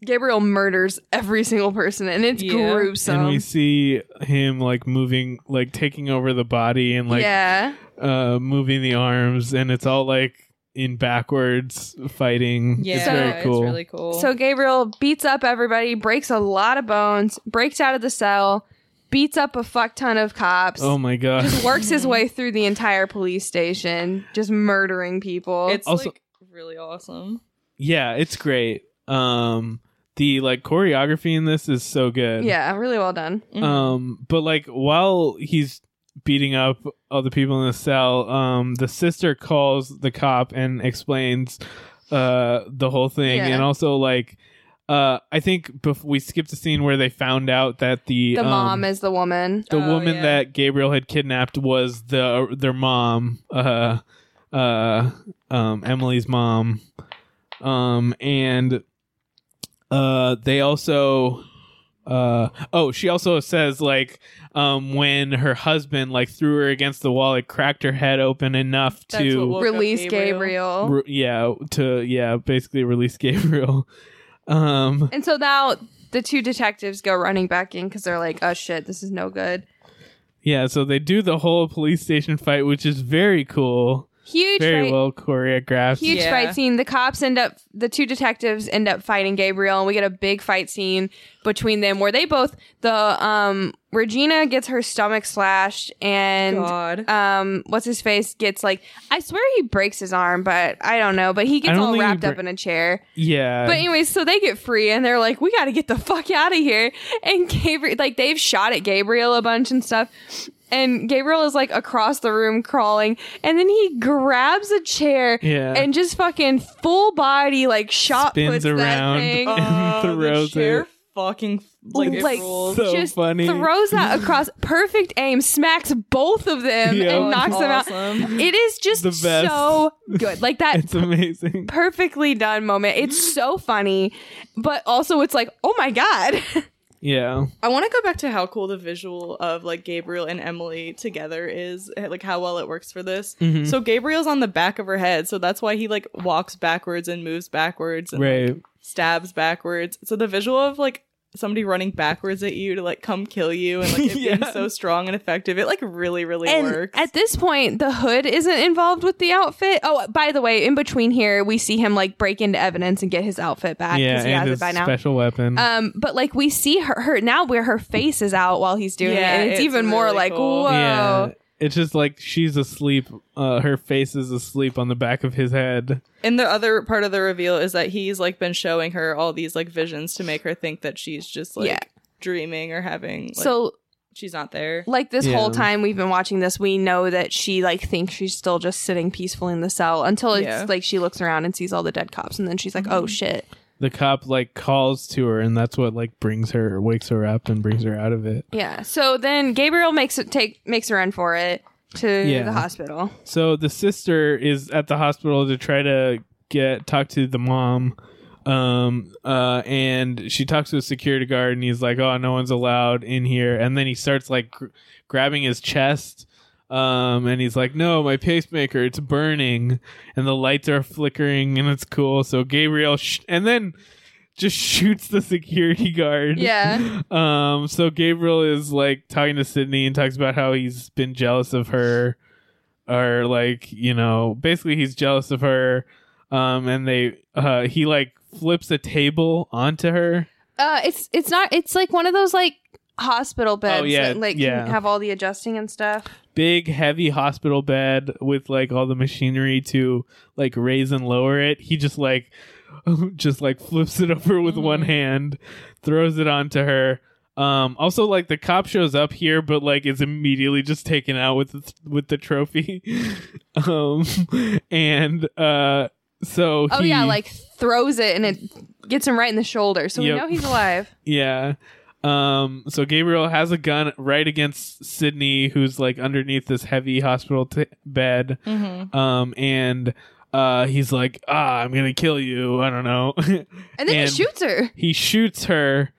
A: Gabriel murders every single person, and it's
J: Yeah.
A: gruesome.
B: And we see him like moving, like taking over the body and like
A: yeah,
B: uh, moving the arms, and it's all like in backwards fighting.
C: Yeah,
B: it's very cool.
C: it's really cool.
A: So Gabriel beats up everybody, breaks a lot of bones, breaks out of the cell, beats up a fuck ton of cops.
B: oh my god!
A: just works his way through the entire police station, just murdering people.
C: it's
B: Also-
C: like really awesome.
B: yeah, it's great. Um, the like choreography in this is so good.
A: yeah, Mm-hmm. really well done.
B: Um, but like while he's beating up all the people in the cell, um, the sister calls the cop and explains uh the whole thing,
A: Yeah.
B: and also like. Uh, I think bef- we skipped a scene where they found out that the
A: The
B: um,
A: mom is the woman.
B: the
C: Oh,
B: woman
C: yeah.
B: that Gabriel had kidnapped was the their mom, uh, uh, um, Emily's mom, um, and uh, they also. Uh, oh, she also says like um, when her husband like threw her against the wall, it cracked her head open enough
J: That's
B: to
J: what we'll- Woke up
A: Release Gabriel.
J: Gabriel.
B: re- yeah to yeah basically release Gabriel. Um,
A: and so now the two detectives go running back in because they're like, "Oh shit, this is no good."
B: yeah, so they do the whole police station fight, which is very cool.
A: Huge
B: very
A: fight.
B: well choreographed.
A: Huge
C: Yeah.
A: fight scene. The cops end up, the two detectives end up fighting Gabriel, and we get a big fight scene between them where they both, the, um, Regina gets her stomach slashed,
J: Oh
A: and
C: God.
A: um what's his face gets like I swear he breaks his arm, but I don't know. But he
B: I
A: gets
B: don't
A: all
B: think he
A: wrapped up
B: bre-
A: in a chair.
B: Yeah.
A: But anyways, so they get free and they're like, we got to get the fuck out of here. And Gabriel, like, they've shot at Gabriel a bunch and stuff. And Gabriel is like across the room crawling. And then he grabs a chair
B: Yeah.
A: and just fucking full body, like, shot
B: Spins
A: puts that
B: around.
C: Oh,
A: thing.
B: And throws
J: Oh, the chair
B: it.
J: fucking like, it
A: like
J: rolls.
B: So funny.
A: throws that across perfect aim smacks both of them
B: Yeah.
A: and
B: Oh,
A: knocks them out
J: awesome.
A: it is just
B: The best.
A: so good like that
B: it's amazing.
A: perfectly done moment. It's so funny, but also it's like, oh my god.
B: Yeah.
J: I want to go back to how cool the visual of like Gabriel and Emily together is, eh, like how well it works for this.
B: Mm-hmm.
J: So Gabriel's on the back of her head, so that's why he like walks backwards and moves backwards and
B: Right.
J: stabs backwards. So the visual of like somebody running backwards at you to like come kill you and like it
B: Yeah.
J: being so strong and effective, it like really really
A: and
J: works.
A: at this point, the hood isn't involved with the outfit. Oh, by the way, in between here, we see him like break into evidence and get his outfit back
B: yeah.
A: because he
B: and
A: has
B: his
A: it by now.
B: special weapon.
A: Um, but like we see her, her now where her face is out while he's doing
J: Yeah,
A: it, and it's,
J: it's
A: even more
J: really
A: like
J: cool.
A: whoa.
B: Yeah. It's just like she's asleep. Uh, her face is asleep on the back of his head.
J: and the other part of the reveal is that he's like been showing her all these like visions to make her think that she's just like
A: Yeah.
J: dreaming or having like,
A: So
J: she's not there.
A: like this
B: Yeah.
A: whole time we've been watching this, we know that she like thinks she's still just sitting peacefully in the cell until it's
J: Yeah.
A: like she looks around and sees all the dead cops, and then she's like, oh shit.
B: The cop like calls to her, and that's what like brings her, wakes her up, and brings her out of it.
A: Yeah. So then Gabriel makes it take makes a run for it to
B: Yeah.
A: the hospital.
B: So the sister is at the hospital to try to get talk to the mom. Um, uh, and she talks to a security guard, and he's like, "Oh, no one's allowed in here." And then he starts like gr- grabbing his chest, um, and he's like, "No, my pacemaker, it's burning, and the lights are flickering, and it's cool." So Gabriel, sh- and then just shoots the security guard.
A: Yeah.
B: Um. So Gabriel is like talking to Sydney and talks about how he's been jealous of her, or like you know, basically he's jealous of her. Um. And they, uh, he like flips a table onto her.
A: Uh, it's it's not. It's like one of those like hospital beds
B: Oh, yeah,
A: that like can
B: yeah.
A: have all the adjusting and stuff.
B: Big heavy hospital bed with like all the machinery to like raise and lower it. He just like just like flips it over with one
A: Mm-hmm.
B: hand, throws it onto her. Um, also, like the cop shows up here, but like is immediately just taken out with the, with the trophy. um, and uh, so
A: Oh
B: he-
A: yeah, like throws it and it gets him right in the shoulder, so
B: Yep.
A: we know he's alive.
B: yeah. Um, so Gabriel has a gun right against Sydney, who's like underneath this heavy hospital t- bed.
C: Mm-hmm.
B: Um, and uh, he's like, "Ah, I'm gonna kill you." I don't know.
A: And then he shoots her.
B: he shoots her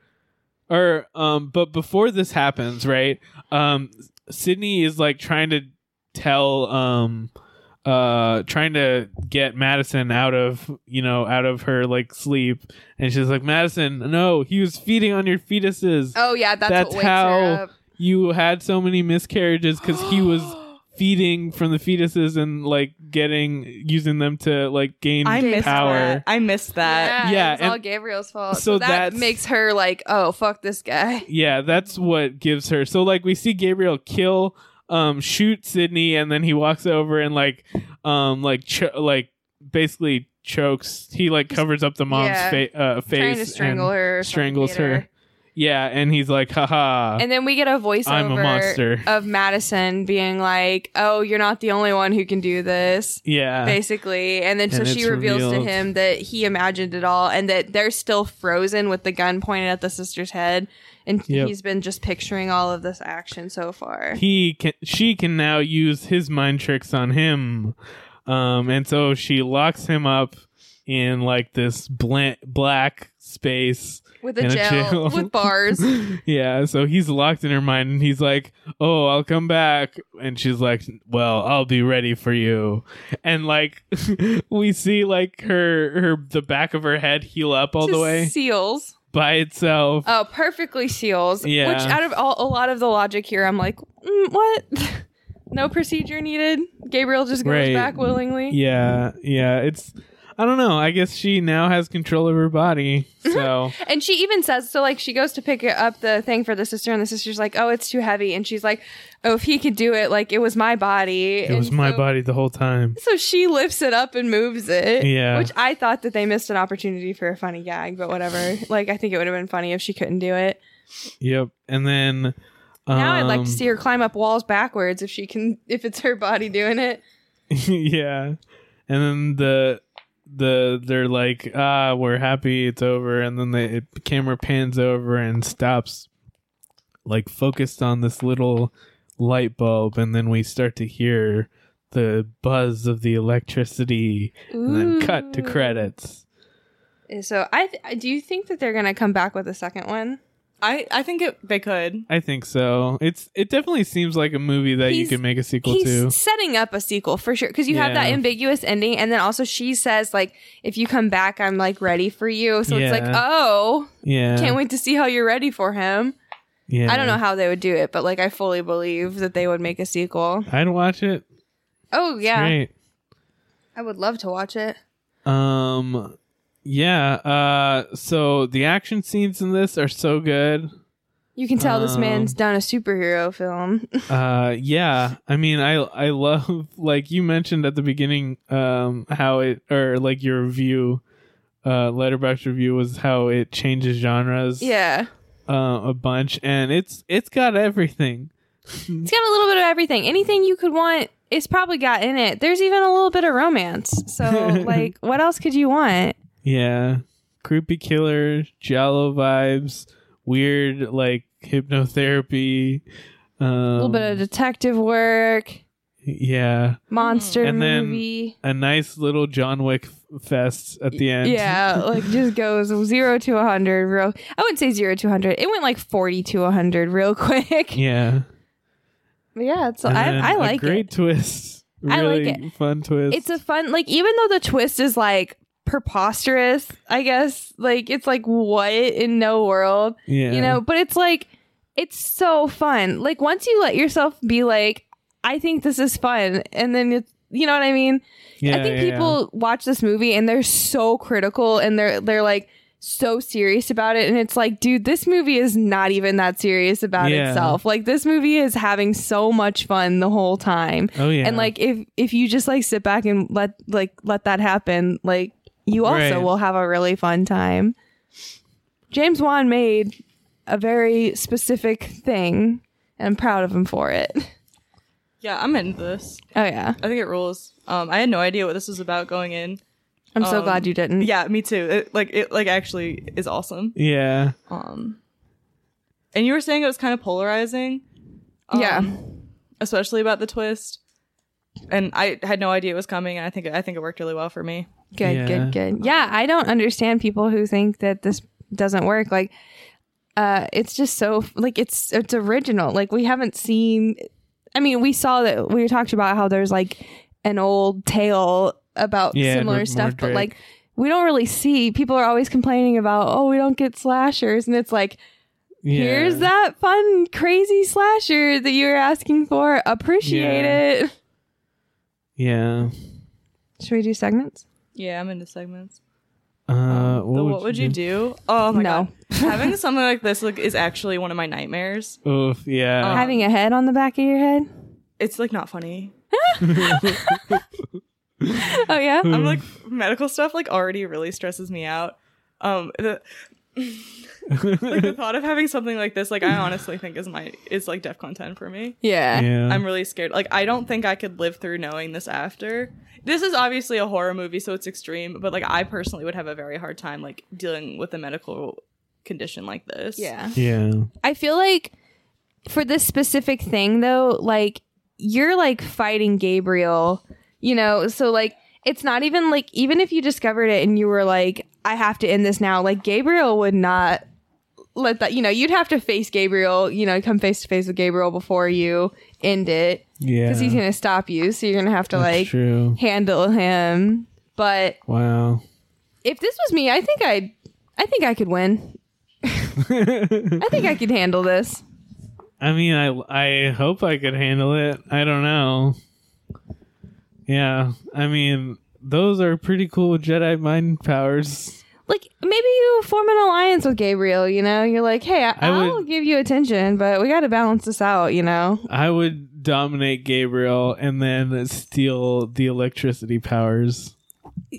B: or um but before this happens right um sydney is like trying to tell um uh trying to get madison out of you know out of her like sleep and she's like madison no he was feeding on your fetuses
A: Oh yeah, that's, what wakes her up.
B: you had so many miscarriages because he was feeding from the fetuses and like getting using them to like gain
J: I missed
B: power
J: that. I missed that.
A: Yeah,
B: yeah,
A: it's
B: and-
A: all Gabriel's fault.
B: so
A: So, that
B: that's-
A: makes her like, oh fuck this guy.
B: Yeah, that's what gives her. So like we see Gabriel kill, um, shoot Sydney, and then he walks over and like, um, like cho- like basically chokes. He like covers up the mom's
A: Yeah.
B: fa- uh, face,
A: Trying to strangle
B: and
A: her, or
B: strangles
A: suffocate
B: her.
A: her.
B: Yeah, and he's like, haha.
A: And then we get a voiceover
B: I'm a monster.
A: of Madison being like, "Oh, you're not the only one who can do this."
B: yeah,
A: Basically, and then so
B: And
A: she
B: it's
A: reveals
B: revealed.
A: to him that he imagined it all, and that they're still frozen with the gun pointed at the sister's head, and
B: Yep.
A: he's been just picturing all of this action so far.
B: he can. She can now use his mind tricks on him, um, and so she locks him up in like this blan- black space
A: with a
B: in
A: jail, with bars.
B: yeah, so he's locked in her mind and he's like, "Oh, I'll come back." And she's like, "Well, I'll be ready for you." And like we see like her her the back of her head heal up all the
A: Just
B: way
A: seals.
B: by itself.
A: Oh, perfectly seals.
B: Yeah.
A: Which out of all, a lot of the logic here, I'm like, mm, what? no procedure needed. Gabriel just goes
B: Right.
A: back willingly.
B: Yeah, yeah, it's I don't know. I guess she now has control of her body. So,
A: And she even says so. Like she goes to pick up the thing for the sister, and the sister's like, "Oh, it's too heavy." And she's like, "Oh, if he could do it, like it was my body."
B: it was my body the whole time.
A: So she lifts it up and moves it.
B: Yeah.
A: Which I thought that they missed an opportunity for a funny gag, but whatever. Like I think it would have been funny if she couldn't do it.
B: Yep. And then
A: Now I'd like
B: um,
A: to see her climb up walls backwards if she can, if it's her body doing it.
B: yeah. And then the the they're like, ah, we're happy, it's over. And then the it, camera pans over and stops, like focused on this little light bulb, and then we start to hear the buzz of the electricity, and then cut to
A: Ooh.
B: credits.
A: So I th- do you think that they're gonna come back with a second one?
J: I, I think it, they could.
B: I think so. It's it definitely seems like a movie that you
A: He's-
B: could make a sequel
A: He's
B: to.
A: setting up a sequel for sure because you have that
B: Yeah.
A: ambiguous ending, and then also she says like, "If you come back, I'm like ready for you." So it's like,
B: Yeah.
A: oh,
B: Yeah,
A: can't wait to see how you're ready for him.
B: Yeah,
A: I don't know how they would do it, but like I fully believe that they would make a sequel.
B: I'd watch it.
A: Oh yeah,
B: Great.
A: I would love to watch it.
B: Um yeah, uh so the action scenes in this are so good.
A: You can tell this
B: Um,
A: man's done a superhero film.
B: Uh yeah, I mean I I love like you mentioned at the beginning um how it or like your review uh letterbox review was how it changes genres
A: yeah.
B: uh, a bunch and it's it's got everything.
A: It's got a little bit of everything. Anything you could want, it's probably got in it. There's even a little bit of romance. So, like, what else could you want?
B: Yeah. Creepy killer, Jello vibes, weird like hypnotherapy um
A: A little bit of detective work.
B: Yeah.
A: monster
B: And then-
A: movie.
B: A nice little John Wick f- fest at the end.
A: Yeah, like just goes zero to a hundred real. I wouldn't say zero to hundred. It went like forty to a hundred real quick.
B: Yeah.
A: But yeah, it's
B: And then
A: I, I
B: a
A: like
B: great
A: it.
B: twist.
A: I like
B: Really fun twist.
A: It's a fun like even though the twist is like preposterous, I guess like it's like what in no world
B: yeah.
A: you know but it's like it's so fun like once you let yourself be like i think this is fun and then it's you know what i mean
B: Yeah,
A: i think
B: yeah, yeah.
A: people watch this movie and they're so critical and they're they're like so serious about it and it's like dude this movie is not even that serious about
B: Yeah.
A: itself like this movie is having so much fun the whole time
B: Oh yeah.
A: and like if if you just like sit back and let like let that happen like you also
B: Right.
A: will have a really fun time james wan made a very specific thing and i'm proud of him for it
C: Yeah, I'm into this.
A: oh yeah
C: I think it rules. Um, I had no idea what this was about going in.
A: i'm so
C: Um,
A: glad you didn't
C: Yeah, me too. It, like it, like actually is awesome.
B: Yeah.
C: Um, and you were saying it was kind of polarizing. um,
A: yeah
C: especially about the twist. And I had no idea it was coming, and I think I think it worked really well for me.
A: good
B: Yeah.
A: good good yeah i don't understand people who think that this doesn't work like uh it's just so like it's it's original like we haven't seen i mean we saw that we talked about how there's like an old tale about
B: Yeah,
A: similar
B: Edward
A: stuff but
B: Mordrake.
A: like we don't really see people are always complaining about oh we don't get slashers and it's like
B: Yeah.
A: here's that fun crazy slasher that you were asking for appreciate
B: Yeah.
A: it
B: Yeah.
A: should we do segments
C: Yeah, I'm into segments.
A: Um,
B: Uh,
C: The
B: what,
C: what would you do? Oh my
A: No.
C: god, having something like this like, is actually one of my nightmares.
B: Oof. Yeah.
C: Um,
A: having a head on the back of your head
C: It's like not funny.
A: oh yeah
C: I'm like medical stuff like already really stresses me out. Um, the, like the thought of having something like this, like I honestly think is my is like DefCon 10 for me.
A: yeah
B: yeah.
C: I'm really scared. Like I don't think I could live through knowing this after. This is obviously a horror movie, so it's extreme. But like I personally would have a very hard time like dealing with a medical condition like this.
A: yeah
B: yeah.
A: I feel like for this specific thing though, like you're like fighting Gabriel, you know, so like it's not even like even if you discovered it and you were like I have to end this now, like Gabriel would not let that, you know, you'd have to face Gabriel, you know, come face to face with Gabriel before you end it
B: Yeah.
A: cuz he's going to stop you, so you're going to have to
B: That's
A: like
B: true.
A: handle him. But
B: Wow.
A: if this was me, I think I I think I could win. I think I could handle this.
B: I mean, I I hope I could handle it. I don't know. Yeah, I mean, those are pretty cool Jedi mind powers.
A: like maybe you form an alliance with Gabriel. You know, you're like, hey, I-
B: I would-
A: I'll give you attention, but we got to balance this out. You know,
B: I would dominate Gabriel and then steal the electricity powers.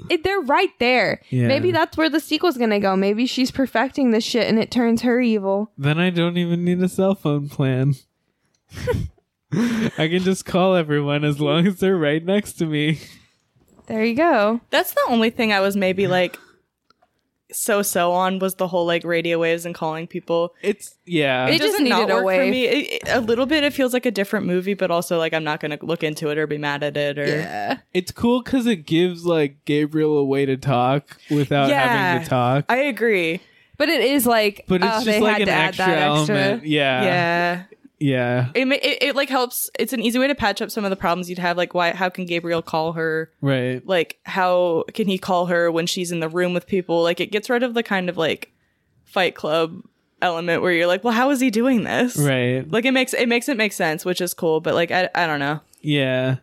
A: it, they're right there.
B: Yeah.
A: Maybe that's where the sequel's gonna go. Maybe she's perfecting this shit, and it turns her evil.
B: Then I don't even need a cell phone plan. I can just call everyone as long as they're right next to me.
A: There you go.
C: That's the only thing I was maybe like so so on was the whole like radio waves and calling people.
B: It's yeah.
A: It just
C: does not
A: needed a
C: work for
A: wave.
C: me. It- it- a little bit it feels like a different movie, but also like I'm not gonna look into it or be mad at it or
B: it's cool because it gives like Gabriel a way to talk without having
C: Yeah.
B: to talk.
C: I agree.
A: But it is like,
B: but it's
A: oh, they
B: just like
A: had
B: an
A: to add
B: extra,
A: that extra.
B: element. Yeah,
C: yeah.
B: yeah,
C: It, ma- it it like helps it's an easy way to patch up some of the problems you'd have, like why how can Gabriel call her
B: right.
C: like how can he call her when she's in the room with people like it gets rid of the kind of like fight club element where you're like well how is he doing this
B: Right.
C: like it makes it makes it make sense which is cool but like i, I don't know
B: Yeah.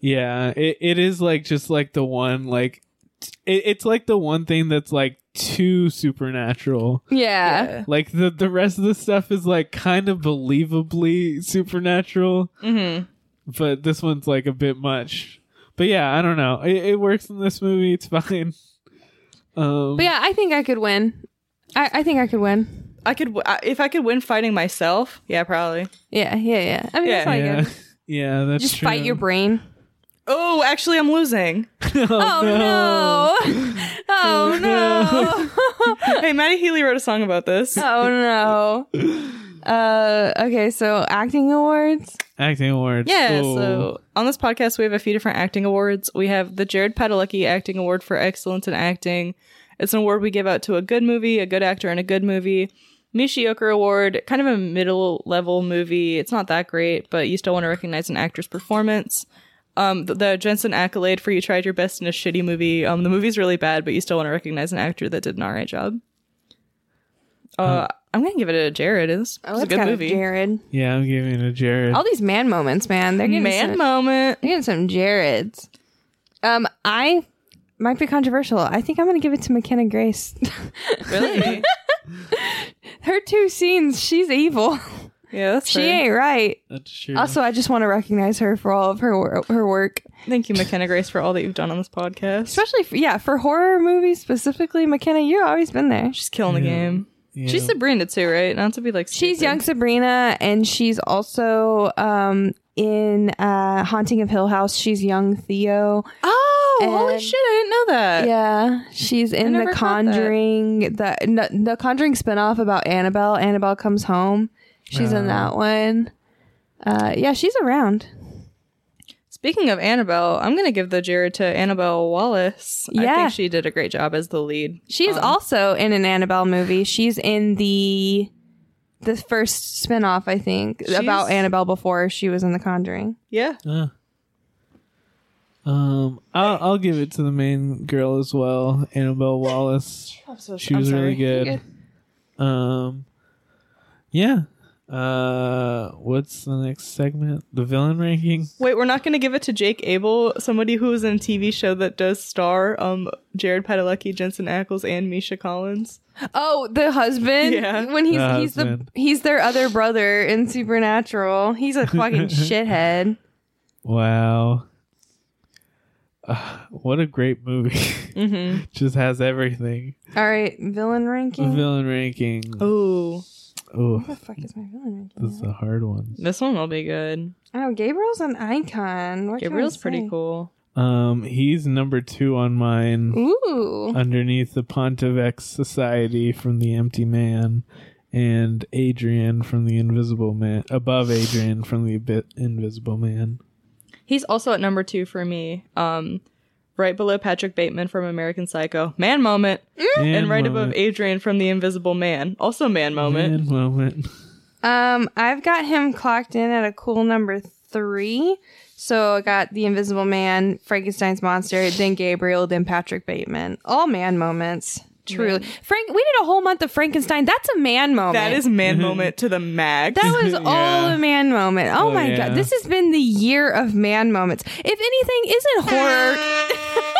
B: Yeah. It it is like just like the one like t- it, it's like the one thing that's like too supernatural.
A: yeah.
B: Like the the rest of the stuff is like kind of believably supernatural,
C: mm-hmm.
B: but this one's like a bit much. But yeah, I don't know. It, it works in this movie. It's fine. Um,
A: But yeah, I think I could win. I, I think I could win.
C: i could w- I, if i could win fighting myself yeah probably
A: Yeah, yeah, yeah. I mean, that's
C: Yeah.
A: all you
B: yeah,
A: good.
B: yeah, that's
A: Just
B: true.
A: fight your brain.
C: oh actually i'm losing
B: oh,
A: Oh
B: no.
A: no! oh no!
C: hey maddie healy wrote a song about this
A: oh no! Uh, okay, so acting awards.
B: Acting awards.
C: Yeah,
B: Ooh.
C: so on this podcast, we have a few different acting awards. We have the Jared Padalecki Acting Award for Excellence in Acting. It's an award we give out to a good movie, a good actor in a good movie. Nishioka Award, kind of a middle level movie. It's not that great, but you still want to recognize an actor's performance. Um, the, the Jensen accolade for you tried your best in a shitty movie. Um, the movie's really bad, but you still want to recognize an actor that did an alright job. Uh, I'm gonna give it a Jared. It's,
A: Oh,
C: it's a
A: that's
C: good
A: got a
C: movie.
A: Jared.
B: yeah, I'm giving it a Jared.
A: All these man moments, man. They're getting
C: Man
A: some,
C: moment.
A: they're getting some Jareds. Um, I might be controversial. I think I'm gonna give it to McKenna Grace.
C: Really?
A: Her two scenes, she's evil.
C: yeah, that's
A: she
C: fair.
A: ain't right.
B: That's true.
A: Also, I just want to recognize her for all of her wor- her work,
C: Thank you, McKenna Grace, for all that you've done on this podcast.
A: especially for, yeah for horror movies specifically. McKenna, you've always been there.
C: She's killing the
B: Yeah.
C: game.
B: Yeah.
C: She's Sabrina too, right? Not to be like
A: She's
C: stupid.
A: young Sabrina, and she's also um, in uh, Haunting of Hill House. She's young Theo.
C: Oh, holy
A: and-
C: shit! I didn't know that.
A: yeah, she's in
C: Uh, never
A: the
C: caught that.
A: Conjuring, the no, the Conjuring spinoff about Annabelle. Annabelle comes home. She's in
B: Oh.
A: that one. Uh, yeah, she's around.
C: Speaking of Annabelle, I'm gonna give the Jared to Annabelle Wallace. I
A: Yeah.
C: think she did a great job as the lead.
A: She's
C: Um,
A: also in an Annabelle movie. She's in the the first spinoff, I think, about
C: She's-
A: Annabelle before she was in The Conjuring.
C: Yeah,
B: Uh. Um, I'll, I'll give it to the main girl as well, Annabelle Wallace. she was really good. Um, yeah. Uh, what's the next segment? The villain ranking.
C: Wait, we're not going to give it to Jake Abel, somebody who was in a TV show that does star um Jared Padalecki, Jensen Ackles, and Misha Collins.
A: Oh, the husband.
C: Yeah.
A: When he's
B: The
A: he's
B: husband.
A: the he's their other brother in Supernatural. He's a fucking shithead.
B: Wow. Uh, what a great movie.
C: Mm-hmm.
B: Just has everything.
A: All right, villain ranking.
B: Villain ranking. Oh,
C: Oh,
A: What the fuck is my villain
B: this is
A: ranking?
B: a hard one.
C: this one will be good.
A: Oh, Gabriel's an icon. What can I
C: Gabriel's pretty
A: say?
C: cool.
B: Um, he's number two on mine.
A: Ooh.
B: underneath the Pontifex Society from the Empty Man, and Adrian from the Invisible Man, above Adrian from the Abi- Invisible Man.
C: He's also at number two for me. Um, right below Patrick Bateman from American Psycho, man moment,
B: Man
C: and right
B: moment.
C: above Adrian from The Invisible Man, also man moment.
B: Man moment.
A: Um, I've got him clocked in at a cool number three. So I got the Invisible Man, Frankenstein's monster, then Gabriel, then Patrick Bateman. All man moments. Truly, Frank. We did a whole month of Frankenstein. That's a man moment.
C: That is man moment to the max.
A: That was
B: Yeah.
A: all a man moment. Oh,
B: Oh,
A: my
B: yeah.
A: god. This has been the year of man moments. If anything, isn't horror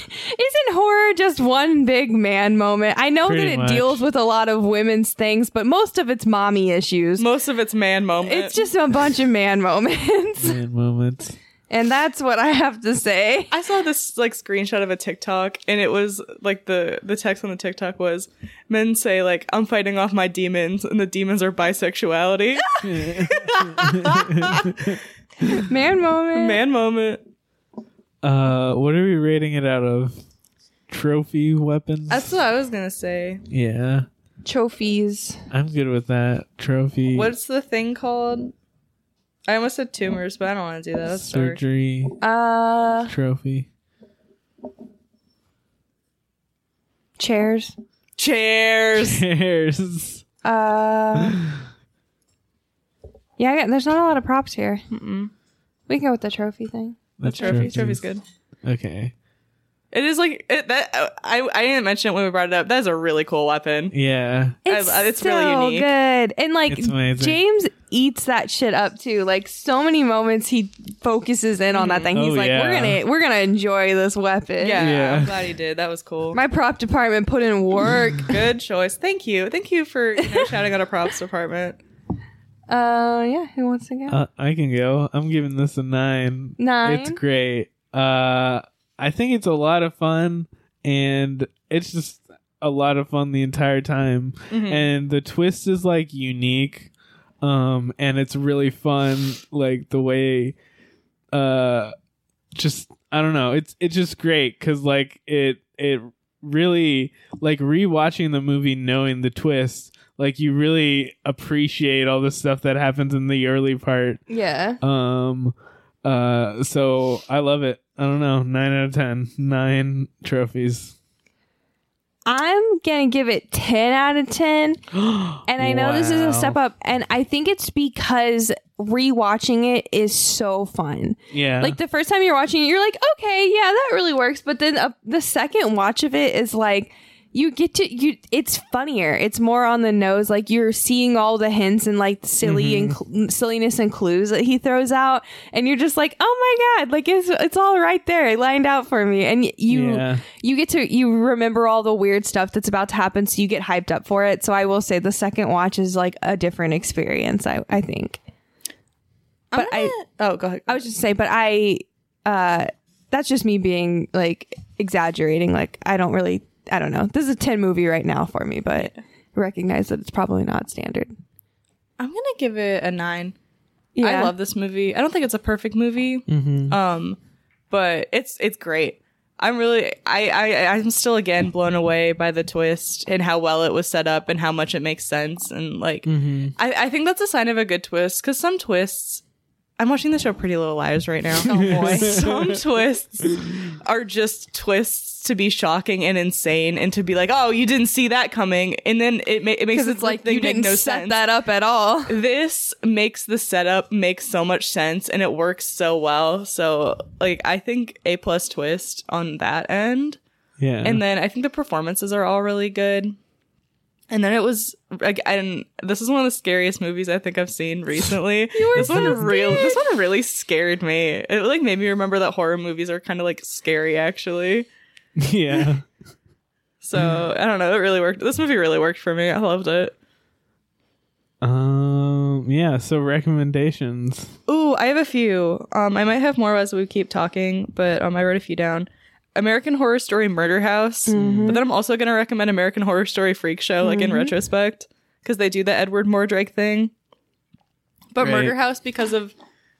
A: Isn't horror just one big man moment? I know
B: Pretty
A: that it
B: much.
A: deals with a lot of women's things, but most of it's mommy issues.
C: Most of it's man moment.
A: It's just a bunch of man moments.
B: Man moments.
A: And that's what I have to say.
C: I saw this like screenshot of a TikTok, and it was like the the text on the TikTok was, "Men say like I'm fighting off my demons, and the demons are bisexuality."
A: Man moment.
C: Man moment.
B: Uh, what are we rating it out of? Trophy weapons.
C: That's what I was gonna say.
B: yeah,
A: Trophies.
B: I'm good with that. Trophy.
C: What's the thing called? I almost said tumors, but I don't want to do that. That's dark.
B: surgery
A: Uh
B: trophy?
A: chairs.
C: Chairs.
B: Chairs.
A: Uh Yeah, I got, there's not a lot of props here.
C: Mm-mm.
A: We can go with the trophy thing.
C: The
B: That's
C: trophy. Trophy's good.
B: Okay.
C: It is like it, that. I I didn't mention it when we brought it up. That's a really cool weapon.
B: Yeah.
C: I-
A: It's,
C: it's
A: so
C: really unique.
A: good. And like
B: It's amazing.
A: James eats that shit up too. Like so many moments he focuses in on that thing. He's
B: Oh,
A: like, We're
B: yeah.
A: gonna we're gonna enjoy this weapon.
C: Yeah,
B: Yeah.
C: I'm glad he did. That was cool.
A: My prop department put in work.
C: Good choice. Thank you. Thank you for you know, shouting out a props department.
A: uh yeah, who wants to go?
B: Uh, I can go. I'm giving this a nine.
A: Nine.
B: It's great. Uh, I think it's a lot of fun, and it's just a lot of fun the entire time.
C: Hmm. Mm-hmm.
B: And the twist is like unique, um, and it's really fun. Like the way, uh, just I don't know. It's it's just great because like it it really like rewatching the movie knowing the twist like you really appreciate all the stuff that happens in the early part.
A: Yeah.
B: Um uh so I love it. I don't know. 9 out of 10. 9 trophies.
A: I'm gonna give it 10 out of 10. And I know this is
B: Wow.
A: a step up, and I think it's because rewatching it is so fun.
B: Yeah.
A: Like the first time you're watching it, you're like, okay, yeah, that really works. But then uh, the second watch of it is like, you get to you. It's funnier. It's more on the nose. Like you're seeing all the hints and like silly and cl- silliness and clues that he throws out, and you're just like, oh my god! Like it's it's all right there, lined out for me. And y- you
B: Yeah.
A: you get to you remember all the weird stuff that's about to happen, so you get hyped up for it. So I will say the second watch is like a different experience. I I think. But I
C: Oh, go ahead.
A: I was just saying, but I uh that's just me being like exaggerating. Like I don't really I don't know. This is a 10 movie right now for me, but recognize that it's probably not standard.
C: I'm gonna give it a nine. I
A: Yeah. Mm-hmm.
C: love this movie. I don't think it's a perfect movie, um, but it's it's great. I'm really I, I I'm still again blown away by the twist and how well it was set up and how much it makes sense and like
A: Mm-hmm.
C: I, I think that's a sign of a good twist because some twists. I'm watching the show Pretty Little Liars right now. Oh boy, some twists are just twists to be shocking and insane and to be like, oh, you didn't see that coming, and then it ma- it makes
A: Because
C: the
A: it's like
C: thing
A: you
C: make
A: didn't
C: no
A: set
C: sense
A: that up at all.
C: this makes the setup make so much sense and it works so well so like i think a plus twist on that end
B: Yeah.
C: and then i think the performances are all really good and then it was like I didn't, this is one of the scariest movies I think I've seen recently. this one really this one really scared me. It like made me remember that horror movies are kind of like scary actually.
B: yeah.
C: So I don't know, it really worked. This movie really worked for me. I loved it.
B: Um yeah, so recommendations.
C: Ooh, I have a few. Um, I might have more as we keep talking, but um, I wrote a few down. American Horror Story Murder House, but then I'm also going to recommend American Horror Story Freak Show, like in retrospect, because they do the Edward Mordrake thing. But
B: Right.
C: Murder House, because of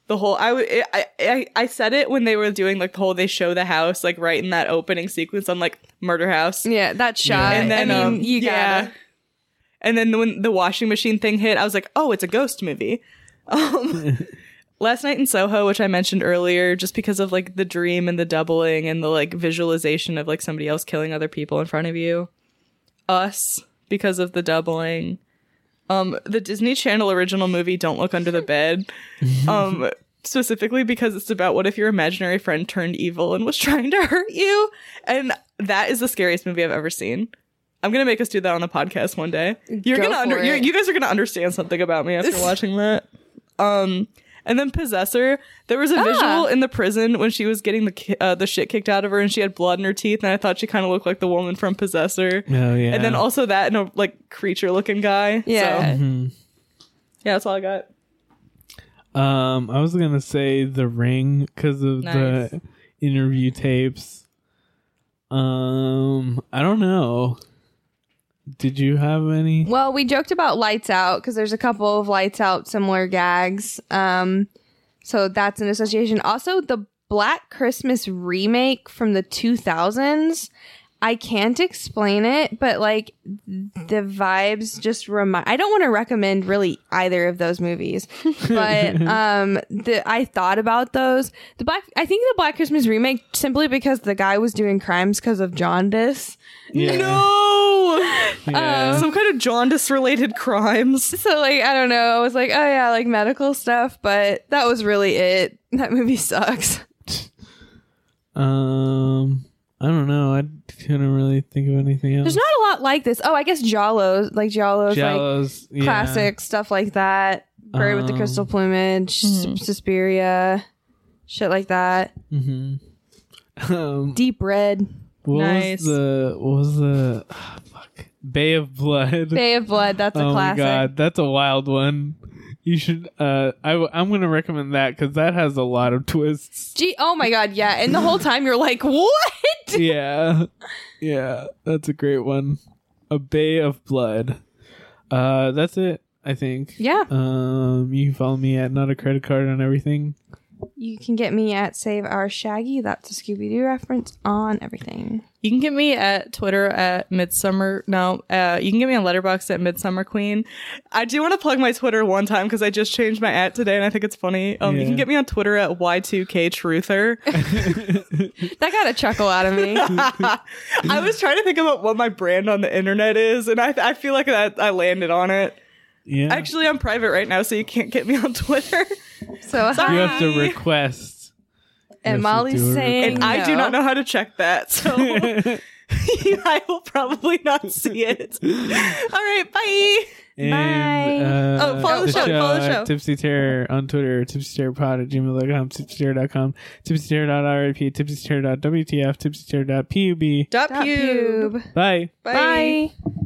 C: the whole, I, w- I, I I said it when they were doing like the whole they show the house like right in that opening sequence. I'm like Murder House,
A: Yeah, that shot.
C: and then
A: I mean,
C: um,
A: you
C: yeah.
A: got
C: And then when the washing machine thing hit, I was like, "Oh, it's a ghost movie." Um, Last night in Soho, which I mentioned earlier, just because of like the dream and the doubling and the like visualization of like somebody else killing other people in front of you. Us because of the doubling. Um, the Disney Channel original movie "Don't Look Under the Bed," um, specifically because it's about what if your imaginary friend turned evil and was trying to hurt you, and that is the scariest movie I've ever seen. I'm gonna make us do that on the podcast one day. You're
A: Go
C: gonna
A: for
C: under you
A: it.
C: you guys are gonna understand something about me after watching that. Um, and then Possessor, there was a
A: Ah.
C: visual in the prison when she was getting the ki- uh, the shit kicked out of her, and she had blood in her teeth, and I thought she kind of looked like the woman from Possessor.
B: Oh yeah. Mm-hmm.
C: And then also that and a like creature looking guy.
A: Yeah.
C: So, yeah, that's all I got.
B: Um, I was gonna say The Ring because of the
C: Nice.
B: interview tapes. Um, I don't know. Did you have any?
A: Well, we joked about lights out because there's a couple of lights out similar gags. Um, so that's an association. Also, the Black Christmas remake from the 2000s. I can't explain it, but like the vibes just remind. I don't want to recommend really either of those movies, but um, the I thought about those. The black, I think the Black Christmas remake simply because the guy was doing crimes because of jaundice.
B: Yeah.
C: No!
B: Yeah.
C: Some kind of jaundice related crimes.
A: So like I don't know. I was like, oh yeah, like medical stuff, but that was really it. That movie sucks.
C: Uh,
B: um, I don't know. I couldn't really think of anything else.
A: There's not a lot like this. Oh, I guess Jalo, like Jalo's like
B: Jellos, yeah.
A: classic stuff like that. Bird with the
B: Um,
A: crystal plumage, Sus- Suspiria, shit like that.
B: Mm-hmm. Um,
A: Deep red,
B: what
C: Nice.
B: was the what was the ah, fuck Bay of Blood?
A: Bay of Blood. That's a
B: oh
A: classic.
B: my god, that's a wild one. You should. Uh, I w- I'm gonna recommend that because that has a lot of twists.
A: Gee, oh my god, yeah. And the whole time you're like, what?
B: yeah. Yeah. That's a great one. A Bay of Blood. Uh that's it, I think.
A: Yeah.
B: Um you can follow me at not a credit card on everything.
A: You can get me at Save Our Shaggy. That's a Scooby Doo reference on everything.
C: You can get me at Twitter at Midsummer. No, uh, you can get me on Letterbox at Midsummer Queen. I do want to plug my Twitter one time because I just changed my at today and I think it's funny. Um, You
B: Yeah.
C: can get me on Twitter at Y2K Truther.
A: That got a chuckle out of me.
C: I was trying to think about what my brand on the internet is, and I, I feel like that I landed on it.
B: Yeah.
C: Actually, I'm private right now, so you can't get me on Twitter.
A: So
B: you have to
C: hi.
B: request.
A: And Molly's saying-
C: And I do
A: No.
C: not know how to check that, so
B: saying.
C: I will probably not see it. All right, bye.
B: And,
C: Bye.
B: uh,
C: Oh, follow the show, follow the
B: at
C: show.
B: Tipsy Terror on Twitter, Tipsy Terror Pod at gmail.com, tipsyterror.com, tipsyterror.rip, tipsyterror.wtf, tipsyterror.pub.
C: Dot
A: Pube.
B: Bye.
C: Bye.
A: Bye.